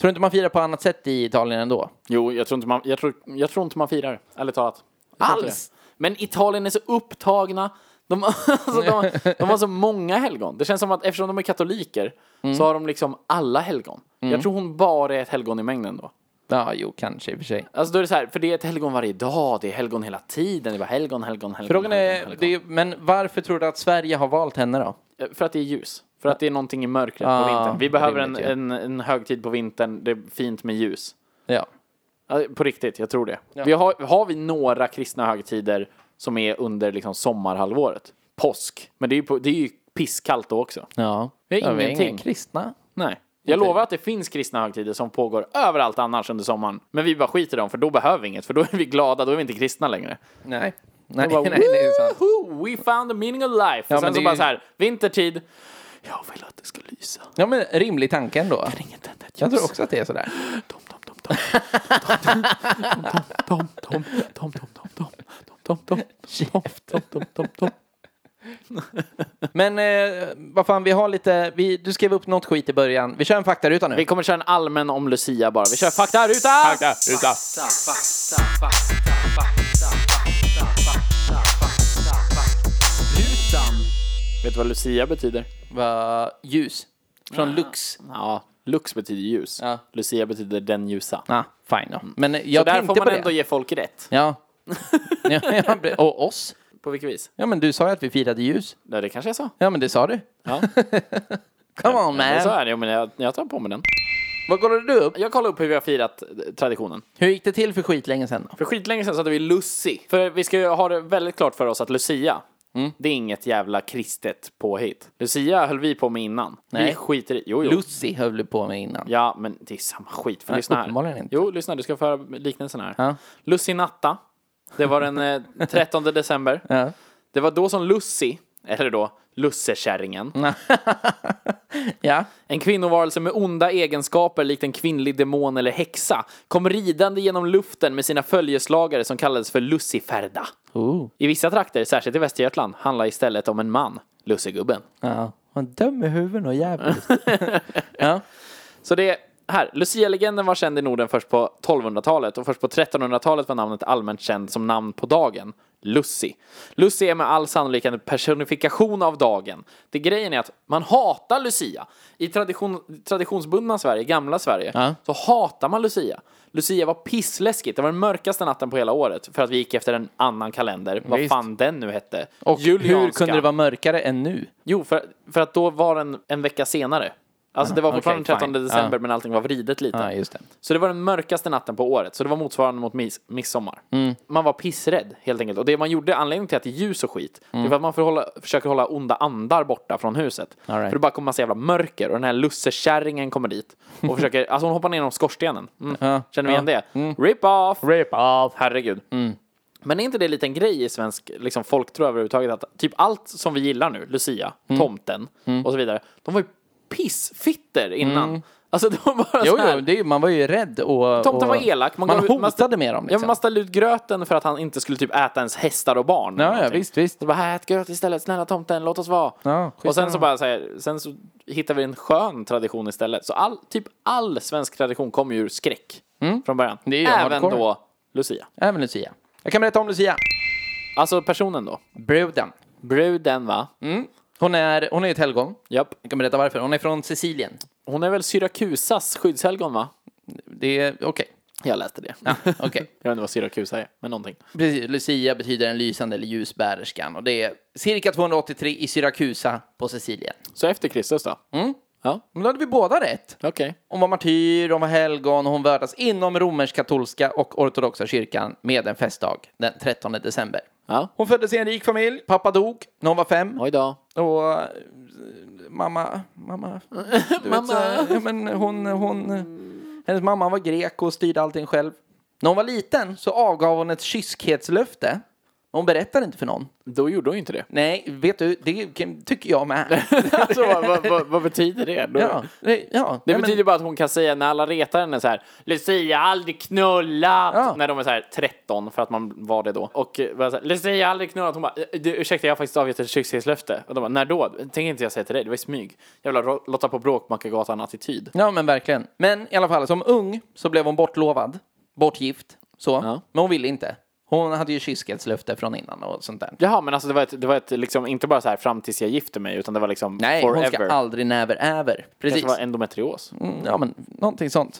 Speaker 4: tror du inte man firar på annat sätt i Italien ändå?
Speaker 3: Jo, jag tror inte man, jag tror, jag tror inte man firar, ärligt talat. Jag tror inte
Speaker 4: Alls?
Speaker 3: det. Men Italien är så upptagna. De, alltså de, de har så många helgon. Det känns som att eftersom de är katoliker
Speaker 4: Mm.
Speaker 3: så har de liksom alla helgon. Jag tror hon bara är ett helgon i mängden då.
Speaker 4: Ja, jo, kanske i och för sig.
Speaker 3: Alltså då är det så här, för det är ett helgon varje dag, det är helgon hela tiden, det var helgon, helgon, helgon.
Speaker 4: Frågan
Speaker 3: helgon,
Speaker 4: är,
Speaker 3: helgon.
Speaker 4: det är, men varför tror du att Sverige har valt henne då?
Speaker 3: Eh, För att det är ljus. För att det är någonting i mörkret
Speaker 4: Ah,
Speaker 3: på vintern. Vi behöver en,
Speaker 4: rimligt ju.
Speaker 3: en, en högtid på vintern. Det är fint med ljus.
Speaker 4: Ja.
Speaker 3: Ja, På riktigt, jag tror det. Vi har, har vi några kristna högtider som är under liksom sommarhalvåret? Påsk. Men det är ju, på, det är ju pisskallt då också.
Speaker 4: Ja.
Speaker 3: Det är
Speaker 4: Ja, vi
Speaker 3: ingenting.
Speaker 4: inga kristna.
Speaker 3: Nej. Jag lovar att det finns kristna högtider som pågår överallt annars under sommaren. Men vi bara skiter i dem, för då behöver vi inget. För då är vi glada, då är vi inte kristna längre.
Speaker 4: Nej. Nej,
Speaker 3: Och bara,
Speaker 4: nej, det är sant.
Speaker 3: "Woohoo, We found the meaning of life.
Speaker 4: men
Speaker 3: och sen
Speaker 4: det
Speaker 3: så
Speaker 4: är
Speaker 3: bara
Speaker 4: ju-
Speaker 3: så här, vintertid. Jag vill att det ska lysa.
Speaker 4: Ja, men rimlig tanke ändå.
Speaker 3: Ingen tänder ett
Speaker 4: Jag tror
Speaker 3: ljus.
Speaker 4: också att det är sådär.
Speaker 3: Tom, tom, tom, tom. Tom, tom, tom, tom, tom, tom, tom, tom, tom, tom, tom, tom, tom, tom.
Speaker 4: Men eh, vad fan, vi har lite, vi, du skrev upp något skit i början. Vi kör en faktaruta nu.
Speaker 3: Vi kommer köra en allmän om Lucia bara. Vi kör faktaruta! Faktaruta! Vet du vad Lucia betyder?
Speaker 4: Va, ljus.
Speaker 3: Ah.
Speaker 4: Från Lux.
Speaker 3: Ja, lux betyder ljus.
Speaker 4: Ja.
Speaker 3: Lucia betyder den ljusa.
Speaker 4: Ja, ah, fine då. Men eh,
Speaker 3: Så
Speaker 4: jag
Speaker 3: där
Speaker 4: tänkte
Speaker 3: får man
Speaker 4: på
Speaker 3: ändå
Speaker 4: det.
Speaker 3: ge folk rätt.
Speaker 4: Ja. ja, ja, pre- och oss.
Speaker 3: På vilket vis?
Speaker 4: Ja, men du sa ju att vi firade ljus.
Speaker 3: Nej, det kanske jag sa.
Speaker 4: Ja, men det sa du.
Speaker 3: Ja.
Speaker 4: Come on
Speaker 3: Det sa
Speaker 4: man.
Speaker 3: jag, jo, men jag, jag tar på mig den.
Speaker 4: Vad kollade du upp?
Speaker 3: Jag kollar upp hur vi har firat eh, traditionen.
Speaker 4: Hur gick det till för skit länge sedan då?
Speaker 3: För skitlänge sedan så hade vi Lucy. För vi ska ju ha det väldigt klart för oss att Lucia,
Speaker 4: Mm.
Speaker 3: det är inget jävla kristet påhitt. Lucia höll vi på med innan. Vi
Speaker 4: Nej.
Speaker 3: skiter i... Jo, jo.
Speaker 4: Lucy höll du på med innan.
Speaker 3: ja, men det är samma skit. För
Speaker 4: Nej,
Speaker 3: lyssna här.
Speaker 4: uppenbarligen inte.
Speaker 3: Jo, lyssna, du ska få höra liknelsen här.
Speaker 4: Ja.
Speaker 3: Lucy natta. Det var den eh, 13 december.
Speaker 4: Ja.
Speaker 3: Det var då som Lucy, eller då Lussekärringen,
Speaker 4: Ja.
Speaker 3: En kvinnovarelse med onda egenskaper likt en kvinnlig demon eller häxa kom ridande genom luften med sina följeslagare som kallades för Luciferda.
Speaker 4: Oh.
Speaker 3: I vissa trakter, särskilt i Västergötland, handlar istället om en man, Lussegubben.
Speaker 4: Ja. Man dömer huvuden och
Speaker 3: Mm.
Speaker 4: jävligt. ja.
Speaker 3: Så det är här, Lucia-legenden var känd i Norden först på 1200-talet och först på 1300-talet var namnet allmänt känd som namn på dagen. Lucy. Lucy är med all sannolikhet en personifikation av dagen. Det grejen är att man hatar Lucia. I tradition, traditionsbundna Sverige, gamla Sverige,
Speaker 4: Ja.
Speaker 3: så hatar man Lucia. Lucia var pissläskigt, det var den mörkaste natten på hela året för att vi gick efter en annan kalender, vad
Speaker 4: Visst.
Speaker 3: fan den nu hette.
Speaker 4: Och hur
Speaker 3: Julianska.
Speaker 4: kunde det vara mörkare än nu?
Speaker 3: Jo, för, för att då var den en vecka senare. Alltså det var fortfarande
Speaker 4: Ah, okej,
Speaker 3: den 13
Speaker 4: fine. Ah.
Speaker 3: december
Speaker 4: Ja.
Speaker 3: men allting var vridet lite.
Speaker 4: Ja, just det.
Speaker 3: Så det var den mörkaste natten på året, så det var motsvarande mot mis- midsommar.
Speaker 4: Mm.
Speaker 3: Man var pissrädd helt enkelt. Och det man gjorde, anledningen till att det är ljus och skit,
Speaker 4: Mm.
Speaker 3: det var att man får hålla, försöker hålla onda andar borta från huset.
Speaker 4: All right.
Speaker 3: För det bara kommer massa jävla mörker och den här lussekärringen kommer dit och försöker, alltså hon hoppar ner genom skorstenen. Mm. Känner vi igen det? Rip off!
Speaker 4: Mm. Rip off. Mm.
Speaker 3: Herregud. Men är inte det en liten grej i svensk liksom, folktro överhuvudtaget? Att typ allt som vi gillar nu, Lucia,
Speaker 4: Mm.
Speaker 3: tomten och så vidare, de var ju pissfitter innan. Alltså de var bara
Speaker 4: Mm. Jo,
Speaker 3: så här,
Speaker 4: jo det är, ju- man var ju rädd och...
Speaker 3: Tomten
Speaker 4: och,
Speaker 3: var elak.
Speaker 4: Man,
Speaker 3: gav ut-
Speaker 4: hotade med dem
Speaker 3: Ja, men man
Speaker 4: liksom.
Speaker 3: ställde ut gröten för att han inte skulle typ äta ens hästar och barn. eller
Speaker 4: Ja, ja,
Speaker 3: någonting.
Speaker 4: visst, visst.
Speaker 3: Så bara, här, ät gröt istället, snälla tomten, låt oss vara.
Speaker 4: Ja, skit
Speaker 3: och sen
Speaker 4: i
Speaker 3: så
Speaker 4: dem.
Speaker 3: bara så här, sen så hittar vi en skön tradition istället. Så all, typ all svensk tradition kommer ju ur skräck från början.
Speaker 4: Mm. Det är ju
Speaker 3: Även
Speaker 4: hardcore.
Speaker 3: då Lucia.
Speaker 4: Även Lucia. Jag kan berätta om Lucia.
Speaker 3: Alltså personen då.
Speaker 4: Bruden.
Speaker 3: Bruden va?
Speaker 4: Mm. Hon är, hon är ett helgon.
Speaker 3: Japp.
Speaker 4: Jag kan berätta varför. Hon är från Sicilien.
Speaker 3: Hon är väl Syrakusas skyddshelgon va?
Speaker 4: Det är... Okej.
Speaker 3: Jag läste det.
Speaker 4: Okej.
Speaker 3: Jag vet inte vad Syrakusa är, men någonting.
Speaker 4: Precis, Lucia betyder en lysande eller ljusbärerskan och det är cirka 283 i Syrakusa på Sicilien.
Speaker 3: Så efter Kristus då?
Speaker 4: Mm.
Speaker 3: Ja,
Speaker 4: Men då hade vi båda rätt.
Speaker 3: okej.
Speaker 4: Hon var martyr, hon var helgon och hon värdas inom romersk-katolska och ortodoxa kyrkan med en festdag den 13 december.
Speaker 3: Ja.
Speaker 4: Hon föddes i en rik familj, pappa dog när hon var fem
Speaker 3: Oj då.
Speaker 4: och eh, mamma, mamma, du vet, så, här, ja, men hon, hon, hennes mamma var grek och styrde allting själv. När hon var liten så avgav hon ett kyskhetslöfte, men hon berättade inte för någon.
Speaker 3: Då gjorde hon ju inte det.
Speaker 4: Nej, vet du, det kan- tycker jag med.
Speaker 3: Alltså, vad, vad, vad, vad betyder det? Då?
Speaker 4: ja, det, ja.
Speaker 3: Det
Speaker 4: Nej,
Speaker 3: betyder bara att hon kan säga när alla retar henne så här Lucia har aldrig knullat
Speaker 4: Ja.
Speaker 3: när de är så här 13 för att man var det då och eh, bara så här, Lucia har aldrig knullat hon bara "Eh, du, ursäkta jag har faktiskt avgett ett kyskhetslöfte och de bara när då tänker inte jag säga till dig det var i smyg jävla Ro- Lotta på Bråkmakargatan attityd
Speaker 4: men, ja, men verkligen. Men i alla fall, som ung så blev hon bortlovad, bortgift, så.
Speaker 3: Ja.
Speaker 4: Men hon ville inte. Hon hade ju kyskhetslöfte från innan och sånt där.
Speaker 3: Jaha, men alltså det var ett, det var ett liksom, inte bara så här fram tills jag gifter mig, utan det var liksom
Speaker 4: Nej,
Speaker 3: forever.
Speaker 4: hon ska aldrig näver över.
Speaker 3: Kanske
Speaker 4: Precis.
Speaker 3: var endometrios.
Speaker 4: Mm, ja, men någonting sånt.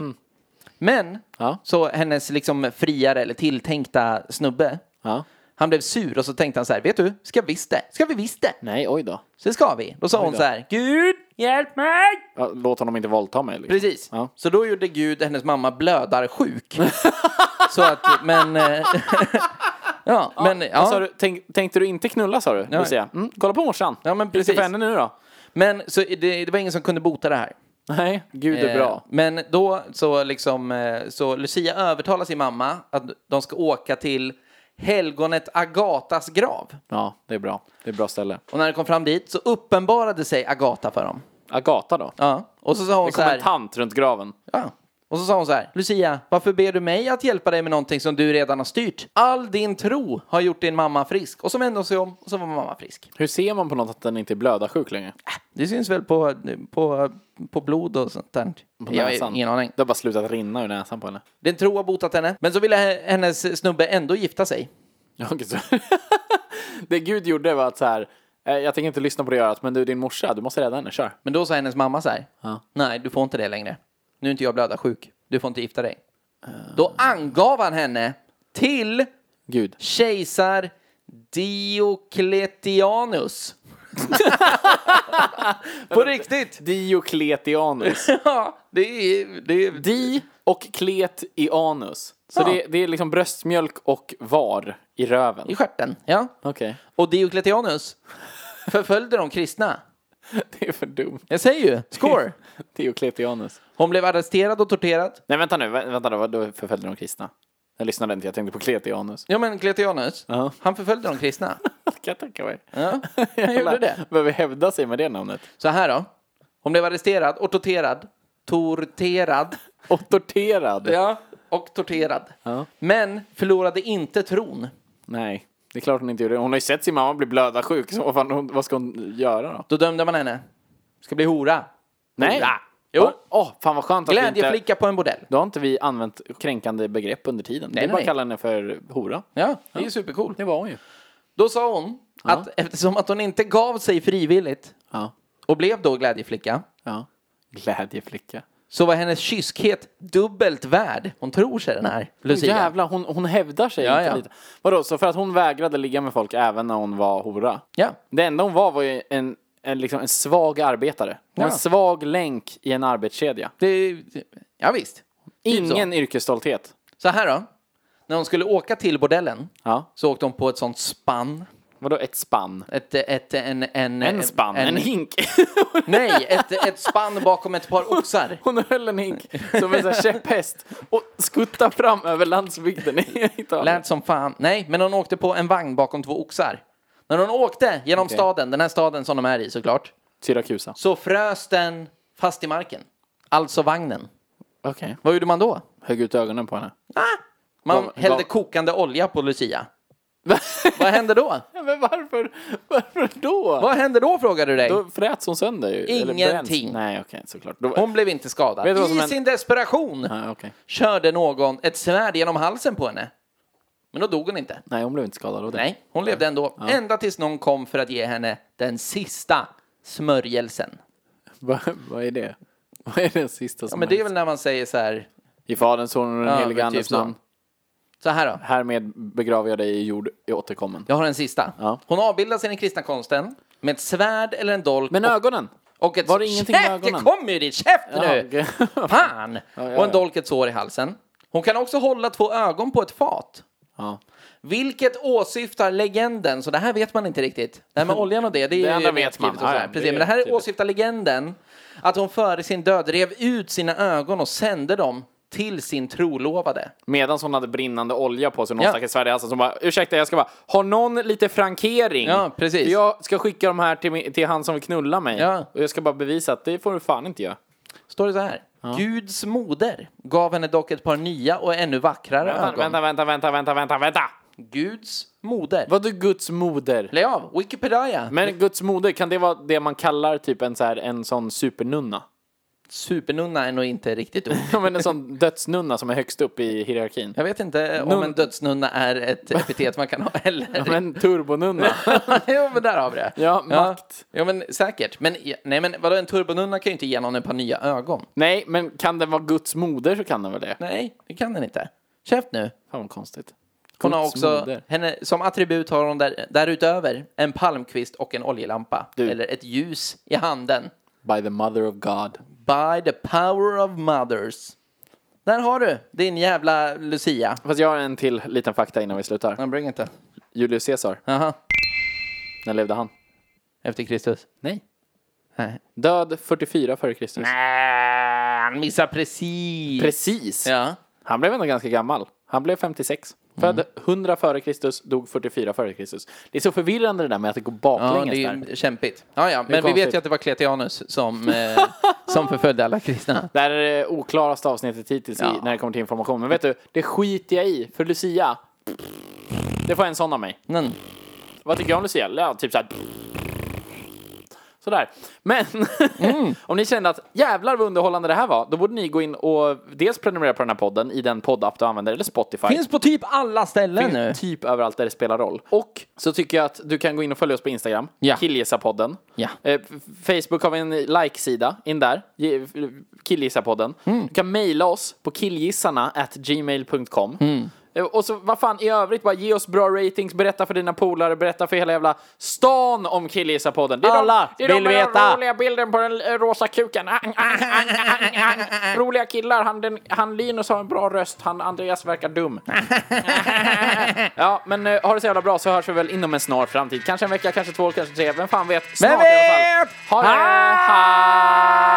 Speaker 4: Men,
Speaker 3: Mm. Ja.
Speaker 4: så hennes liksom friare eller tilltänkta snubbe,
Speaker 3: Ja.
Speaker 4: han blev sur och så tänkte han så här, vet du, ska visst det, ska vi visst det,
Speaker 3: Nej, oj då.
Speaker 4: så det ska vi. Då sa hon
Speaker 3: då.
Speaker 4: så här, Gud, hjälp mig!
Speaker 3: Ja, Låt honom inte våldta mig. Liksom.
Speaker 4: Precis.
Speaker 3: Ja.
Speaker 4: Så då gjorde Gud hennes mamma blödarsjuk. så att, men... eh, ja, men...
Speaker 3: Vad Sa
Speaker 4: Ja.
Speaker 3: du, tänk, tänkte du inte knulla sa du, Lucia? Mm, kolla på morsan.
Speaker 4: Ja, men
Speaker 3: Hur ser det
Speaker 4: precis.
Speaker 3: för henne nu då?
Speaker 4: Men så det, det var ingen som kunde bota det här.
Speaker 3: Nej, gud är
Speaker 4: Eh,
Speaker 3: bra.
Speaker 4: Men då så liksom, eh, så Lucia övertalar sin mamma att de ska åka till helgonet Agatas grav.
Speaker 3: Ja, det är bra. Det är ett bra ställe.
Speaker 4: Och när de kom fram dit så uppenbarade sig Agata för dem.
Speaker 3: Agata då?
Speaker 4: Ja. Och så sa hon
Speaker 3: det
Speaker 4: så
Speaker 3: kom
Speaker 4: här.
Speaker 3: en tant runt graven.
Speaker 4: Ja. Och så sa hon så här, Lucia, varför ber du mig att hjälpa dig med någonting som du redan har styrt? All din tro har gjort din mamma frisk. Och så vände hon sig om och så var mamma frisk.
Speaker 3: Hur ser man på något att den inte är blödarsjuk längre?
Speaker 4: Det syns väl på, på, på blod och sånt där.
Speaker 3: På
Speaker 4: Jag
Speaker 3: näsan.
Speaker 4: har ingen aning.
Speaker 3: Det har bara slutat rinna ur näsan på henne.
Speaker 4: Din tro har botat henne. Men så ville he- hennes snubbe ändå gifta sig.
Speaker 3: Ja, okej, så. det Gud gjorde var att så här, eh, jag tänker inte lyssna på det örat, men du din morsa, du måste rädda henne, kör.
Speaker 4: Men då sa hennes mamma så här.
Speaker 3: Ja.
Speaker 4: Nej, du får inte det längre. Nu är inte jag blödarsjuk. Du får inte gifta dig. Då angav han henne till
Speaker 3: Gud.
Speaker 4: kejsar Diocletianus. På riktigt!
Speaker 3: Diokletianus.
Speaker 4: Ja, det är... Det är
Speaker 3: Di och klet i anus. Så
Speaker 4: Ja.
Speaker 3: det, det är liksom bröstmjölk och var i röven.
Speaker 4: I stjärten, ja.
Speaker 3: Okej.
Speaker 4: Och Diocletianus förföljde de kristna.
Speaker 3: Det är för dumt.
Speaker 4: Jag säger ju, score!
Speaker 3: Diokletianus.
Speaker 4: Hon blev arresterad och torterad.
Speaker 3: Nej, vänta nu, vä- vänta då, då förföljde de kristna. Jag lyssnade inte, jag tänkte på kletianus.
Speaker 4: Ja, men Cletianus,
Speaker 3: Ja.
Speaker 4: han förföljde de kristna.
Speaker 3: kan jag tänka mig.
Speaker 4: Ja, han gjorde det.
Speaker 3: Behöver hävda sig med det namnet.
Speaker 4: Så här då. Hon blev arresterad och torterad. Torterad.
Speaker 3: Och torterad.
Speaker 4: Ja. Och torterad.
Speaker 3: Ja.
Speaker 4: Men förlorade inte tron.
Speaker 3: Nej, det är klart hon inte gjorde. Hon har ju sett sin mamma bli blödarsjuk. Så vad, fan, hon, vad ska hon göra då?
Speaker 4: Då dömde man henne. Ska bli hora.
Speaker 3: Nej!
Speaker 4: Hora. Jo.
Speaker 3: Åh, oh, fan vad skönt att vi inte...
Speaker 4: Glädjeflicka på en bordell.
Speaker 3: Då har inte vi använt kränkande begrepp under tiden. det är
Speaker 4: nej,
Speaker 3: bara att
Speaker 4: nej.
Speaker 3: kalla henne för hora.
Speaker 4: Ja, det är ju supercoolt.
Speaker 3: Det var hon ju.
Speaker 4: Då sa hon att eftersom att hon inte gav sig frivilligt
Speaker 3: Ja.
Speaker 4: och blev då glädjeflicka
Speaker 3: ja. Glädjeflicka.
Speaker 4: så var hennes kyskhet dubbelt värd. Hon tror sig den här Lucia.
Speaker 3: Jävlar, hon, hon hävdar sig
Speaker 4: Ja,
Speaker 3: inte
Speaker 4: ja.
Speaker 3: lite. Vadå, så för att hon vägrade ligga med folk även när hon var hora?
Speaker 4: Ja.
Speaker 3: Det enda hon var var ju en, en, liksom en svag arbetare. Hon var
Speaker 4: Ja.
Speaker 3: En svag länk i en arbetskedja.
Speaker 4: Det, ja, visst. Typ så.
Speaker 3: Ingen yrkesstolthet.
Speaker 4: Så här då. När hon skulle åka till bordellen
Speaker 3: Ja.
Speaker 4: så åkte hon på ett sånt spann.
Speaker 3: Vadå ett spann?
Speaker 4: Ett, ett, en, en,
Speaker 3: En spann? En, hink?
Speaker 4: nej, ett, ett spann bakom ett par oxar.
Speaker 3: Hon höll en hink som en sån här käpphäst och skuttade fram över landsbygden i Italien.
Speaker 4: Lät som fan. Nej, men hon åkte på en vagn bakom två oxar. När hon åkte genom staden, den här staden som de är i såklart,
Speaker 3: Syrakusa.
Speaker 4: så frös den fast i marken. Alltså vagnen.
Speaker 3: Okej.
Speaker 4: Vad gjorde man då?
Speaker 3: Högg ut ögonen på henne.
Speaker 4: Man
Speaker 3: Gav-
Speaker 4: hällde
Speaker 3: gav-
Speaker 4: kokande olja på Lucia. Vad hände då?
Speaker 3: Men varför? Varför då?
Speaker 4: Vad hände då frågar du dig?
Speaker 3: Då fräts hon sönder ju. eller bränns.
Speaker 4: Ingenting.
Speaker 3: Nej, okej, såklart. Då...
Speaker 4: Hon blev inte skadad.
Speaker 3: Vet du vad som
Speaker 4: I
Speaker 3: hände?
Speaker 4: sin desperation
Speaker 3: Nej, okej.
Speaker 4: körde någon ett svärd genom halsen på henne. Men då dog hon inte.
Speaker 3: Nej, hon blev inte skadad av det.
Speaker 4: Nej, hon levde ändå. Ända tills någon kom för att ge henne den sista smörjelsen.
Speaker 3: Va, vad är det? Vad är den sista
Speaker 4: Ja,
Speaker 3: som
Speaker 4: men det är
Speaker 3: händs?
Speaker 4: väl när man säger så här.
Speaker 3: I Faderns, Sonens och den
Speaker 4: Ja,
Speaker 3: helige
Speaker 4: men
Speaker 3: Andes
Speaker 4: typ så.
Speaker 3: namn.
Speaker 4: Så här då.
Speaker 3: Härmed begraver jag dig i jord i återkommen.
Speaker 4: Jag har en sista.
Speaker 3: Ja.
Speaker 4: Hon avbildar sig i den kristna konsten med ett svärd eller en dolk.
Speaker 3: Men
Speaker 4: och-
Speaker 3: ögonen!
Speaker 4: Och ett
Speaker 3: Var det ingenting med
Speaker 4: Käft,
Speaker 3: ögonen?
Speaker 4: Det kommer ju ditt käft
Speaker 3: Ja,
Speaker 4: nu!
Speaker 3: okej.
Speaker 4: Fan!
Speaker 3: ja,
Speaker 4: Och en
Speaker 3: ja.
Speaker 4: dolk ett sår i halsen. Hon kan också hålla två ögon på ett fat.
Speaker 3: Ja.
Speaker 4: Vilket åsyftar legenden, så det här vet man inte riktigt. Det här med oljan och det, det är
Speaker 3: Det
Speaker 4: ju
Speaker 3: andra vet
Speaker 4: nedskrivet
Speaker 3: man.
Speaker 4: och så
Speaker 3: Ja,
Speaker 4: här.
Speaker 3: ja,
Speaker 4: Precis,
Speaker 3: det är
Speaker 4: men det här
Speaker 3: tydligt.
Speaker 4: åsyftar legenden. Att hon före sin död rev ut sina ögon och sände dem till sin trolovade.
Speaker 3: Medan hon hade brinnande olja på sig, någon
Speaker 4: Ja.
Speaker 3: stackars svärd i halsen som bara ursäkta jag ska bara, har någon lite frankering?
Speaker 4: Ja, precis.
Speaker 3: För Jag ska skicka de här till, min- till han som vill knulla mig.
Speaker 4: Ja.
Speaker 3: Och jag ska bara bevisa att det får du fan inte göra.
Speaker 4: Står det så här. Guds moder gav henne dock ett par nya och ännu vackrare ögon.
Speaker 3: Vänta, vänta, vänta, vänta, vänta, vänta!
Speaker 4: Guds moder.
Speaker 3: Vadå Guds moder?
Speaker 4: Lägg av! Wikipedia!
Speaker 3: Men Guds moder, kan det vara det man kallar typ en, så här, en sån supernunna?
Speaker 4: Supernunna är nog inte riktigt ord.
Speaker 3: Ja, men en sån dödsnunna som är högst upp i hierarkin.
Speaker 4: Jag vet inte om
Speaker 3: Nun-
Speaker 4: en dödsnunna är ett epitet man kan ha heller.
Speaker 3: Ja, men turbonunna.
Speaker 4: jo, men där har vi det.
Speaker 3: Ja, makt.
Speaker 4: Ja, men säkert. Men, nej, men vadå, en turbonunna kan ju inte ge någon ett par nya ögon.
Speaker 3: Nej, men kan den vara Guds moder så kan den väl det?
Speaker 4: Nej, det kan den inte. Käft nu.
Speaker 3: Fan vad konstigt.
Speaker 4: Hon har
Speaker 3: Guds
Speaker 4: också,
Speaker 3: moder.
Speaker 4: henne, som attribut har hon där, därutöver en palmkvist och en oljelampa.
Speaker 3: Du.
Speaker 4: Eller ett ljus i handen.
Speaker 3: By the mother of God.
Speaker 4: By the power of mothers. Där har du din jävla Lucia.
Speaker 3: Fast jag har en till liten fakta innan vi slutar.
Speaker 4: Han bryr inte.
Speaker 3: Julius Caesar,
Speaker 4: Aha.
Speaker 3: när levde han?
Speaker 4: Efter Kristus?
Speaker 3: Nej.
Speaker 4: Nej.
Speaker 3: Död 44 före Kristus.
Speaker 4: Nej, han missar precis.
Speaker 3: Precis!
Speaker 4: Ja.
Speaker 3: Han blev ändå ganska gammal. Han blev 56. Född
Speaker 4: Mm.
Speaker 3: 100 före Kristus, dog 44 före Kristus. Det är så förvirrande det där med att det går
Speaker 4: Ja,
Speaker 3: baklänges
Speaker 4: det
Speaker 3: där.
Speaker 4: är kämpigt. Ja, ja. Men vi
Speaker 3: konstigt.
Speaker 4: vet ju att det var Kletianus som, eh, som förföljde alla kristna.
Speaker 3: Det här är det oklaraste avsnittet hittills
Speaker 4: Ja.
Speaker 3: i, när det kommer till information. Men vet du, det skiter jag i. För Lucia, det får en sån av mig.
Speaker 4: Men,
Speaker 3: Vad tycker jag om Lucia? Ja, typ såhär. Sådär. Men om ni kände att jävlar vad underhållande det här var, då borde ni gå in och dels prenumerera på den här podden i den poddapp du använder, eller Spotify.
Speaker 4: finns på typ alla ställen nu.
Speaker 3: Typ överallt där det spelar roll. Och så tycker jag att du kan gå in och följa oss på Instagram,
Speaker 4: Ja.
Speaker 3: Killgissarpodden.
Speaker 4: Ja.
Speaker 3: Eh, f- Facebook har vi en like-sida, in där, Ge- f- Killgissarpodden.
Speaker 4: Mm.
Speaker 3: Du kan mejla oss på killgissarna at gmail.com.
Speaker 4: Mm.
Speaker 3: Eh, Och så vad fan i övrigt, bara ge oss bra ratings, berätta för dina polare, berätta för hela jävla stan om Killgissarpodden. Det är
Speaker 4: Alla
Speaker 3: de, det är
Speaker 4: vill
Speaker 3: de med
Speaker 4: veta.
Speaker 3: den roliga bilden på den eh, rosa kuken. Ah, ah, ah, ah, ah. Roliga killar, han, den, han Linus har en bra röst, han Andreas verkar dum. Ja, men eh, ha det så jävla bra så hörs vi väl inom en snar framtid. Kanske en vecka, kanske två, kanske tre. Vem fan vet? Snart i alla fall.
Speaker 4: vet?
Speaker 3: Ha det!
Speaker 4: Ha-
Speaker 3: Hej!
Speaker 4: Ah,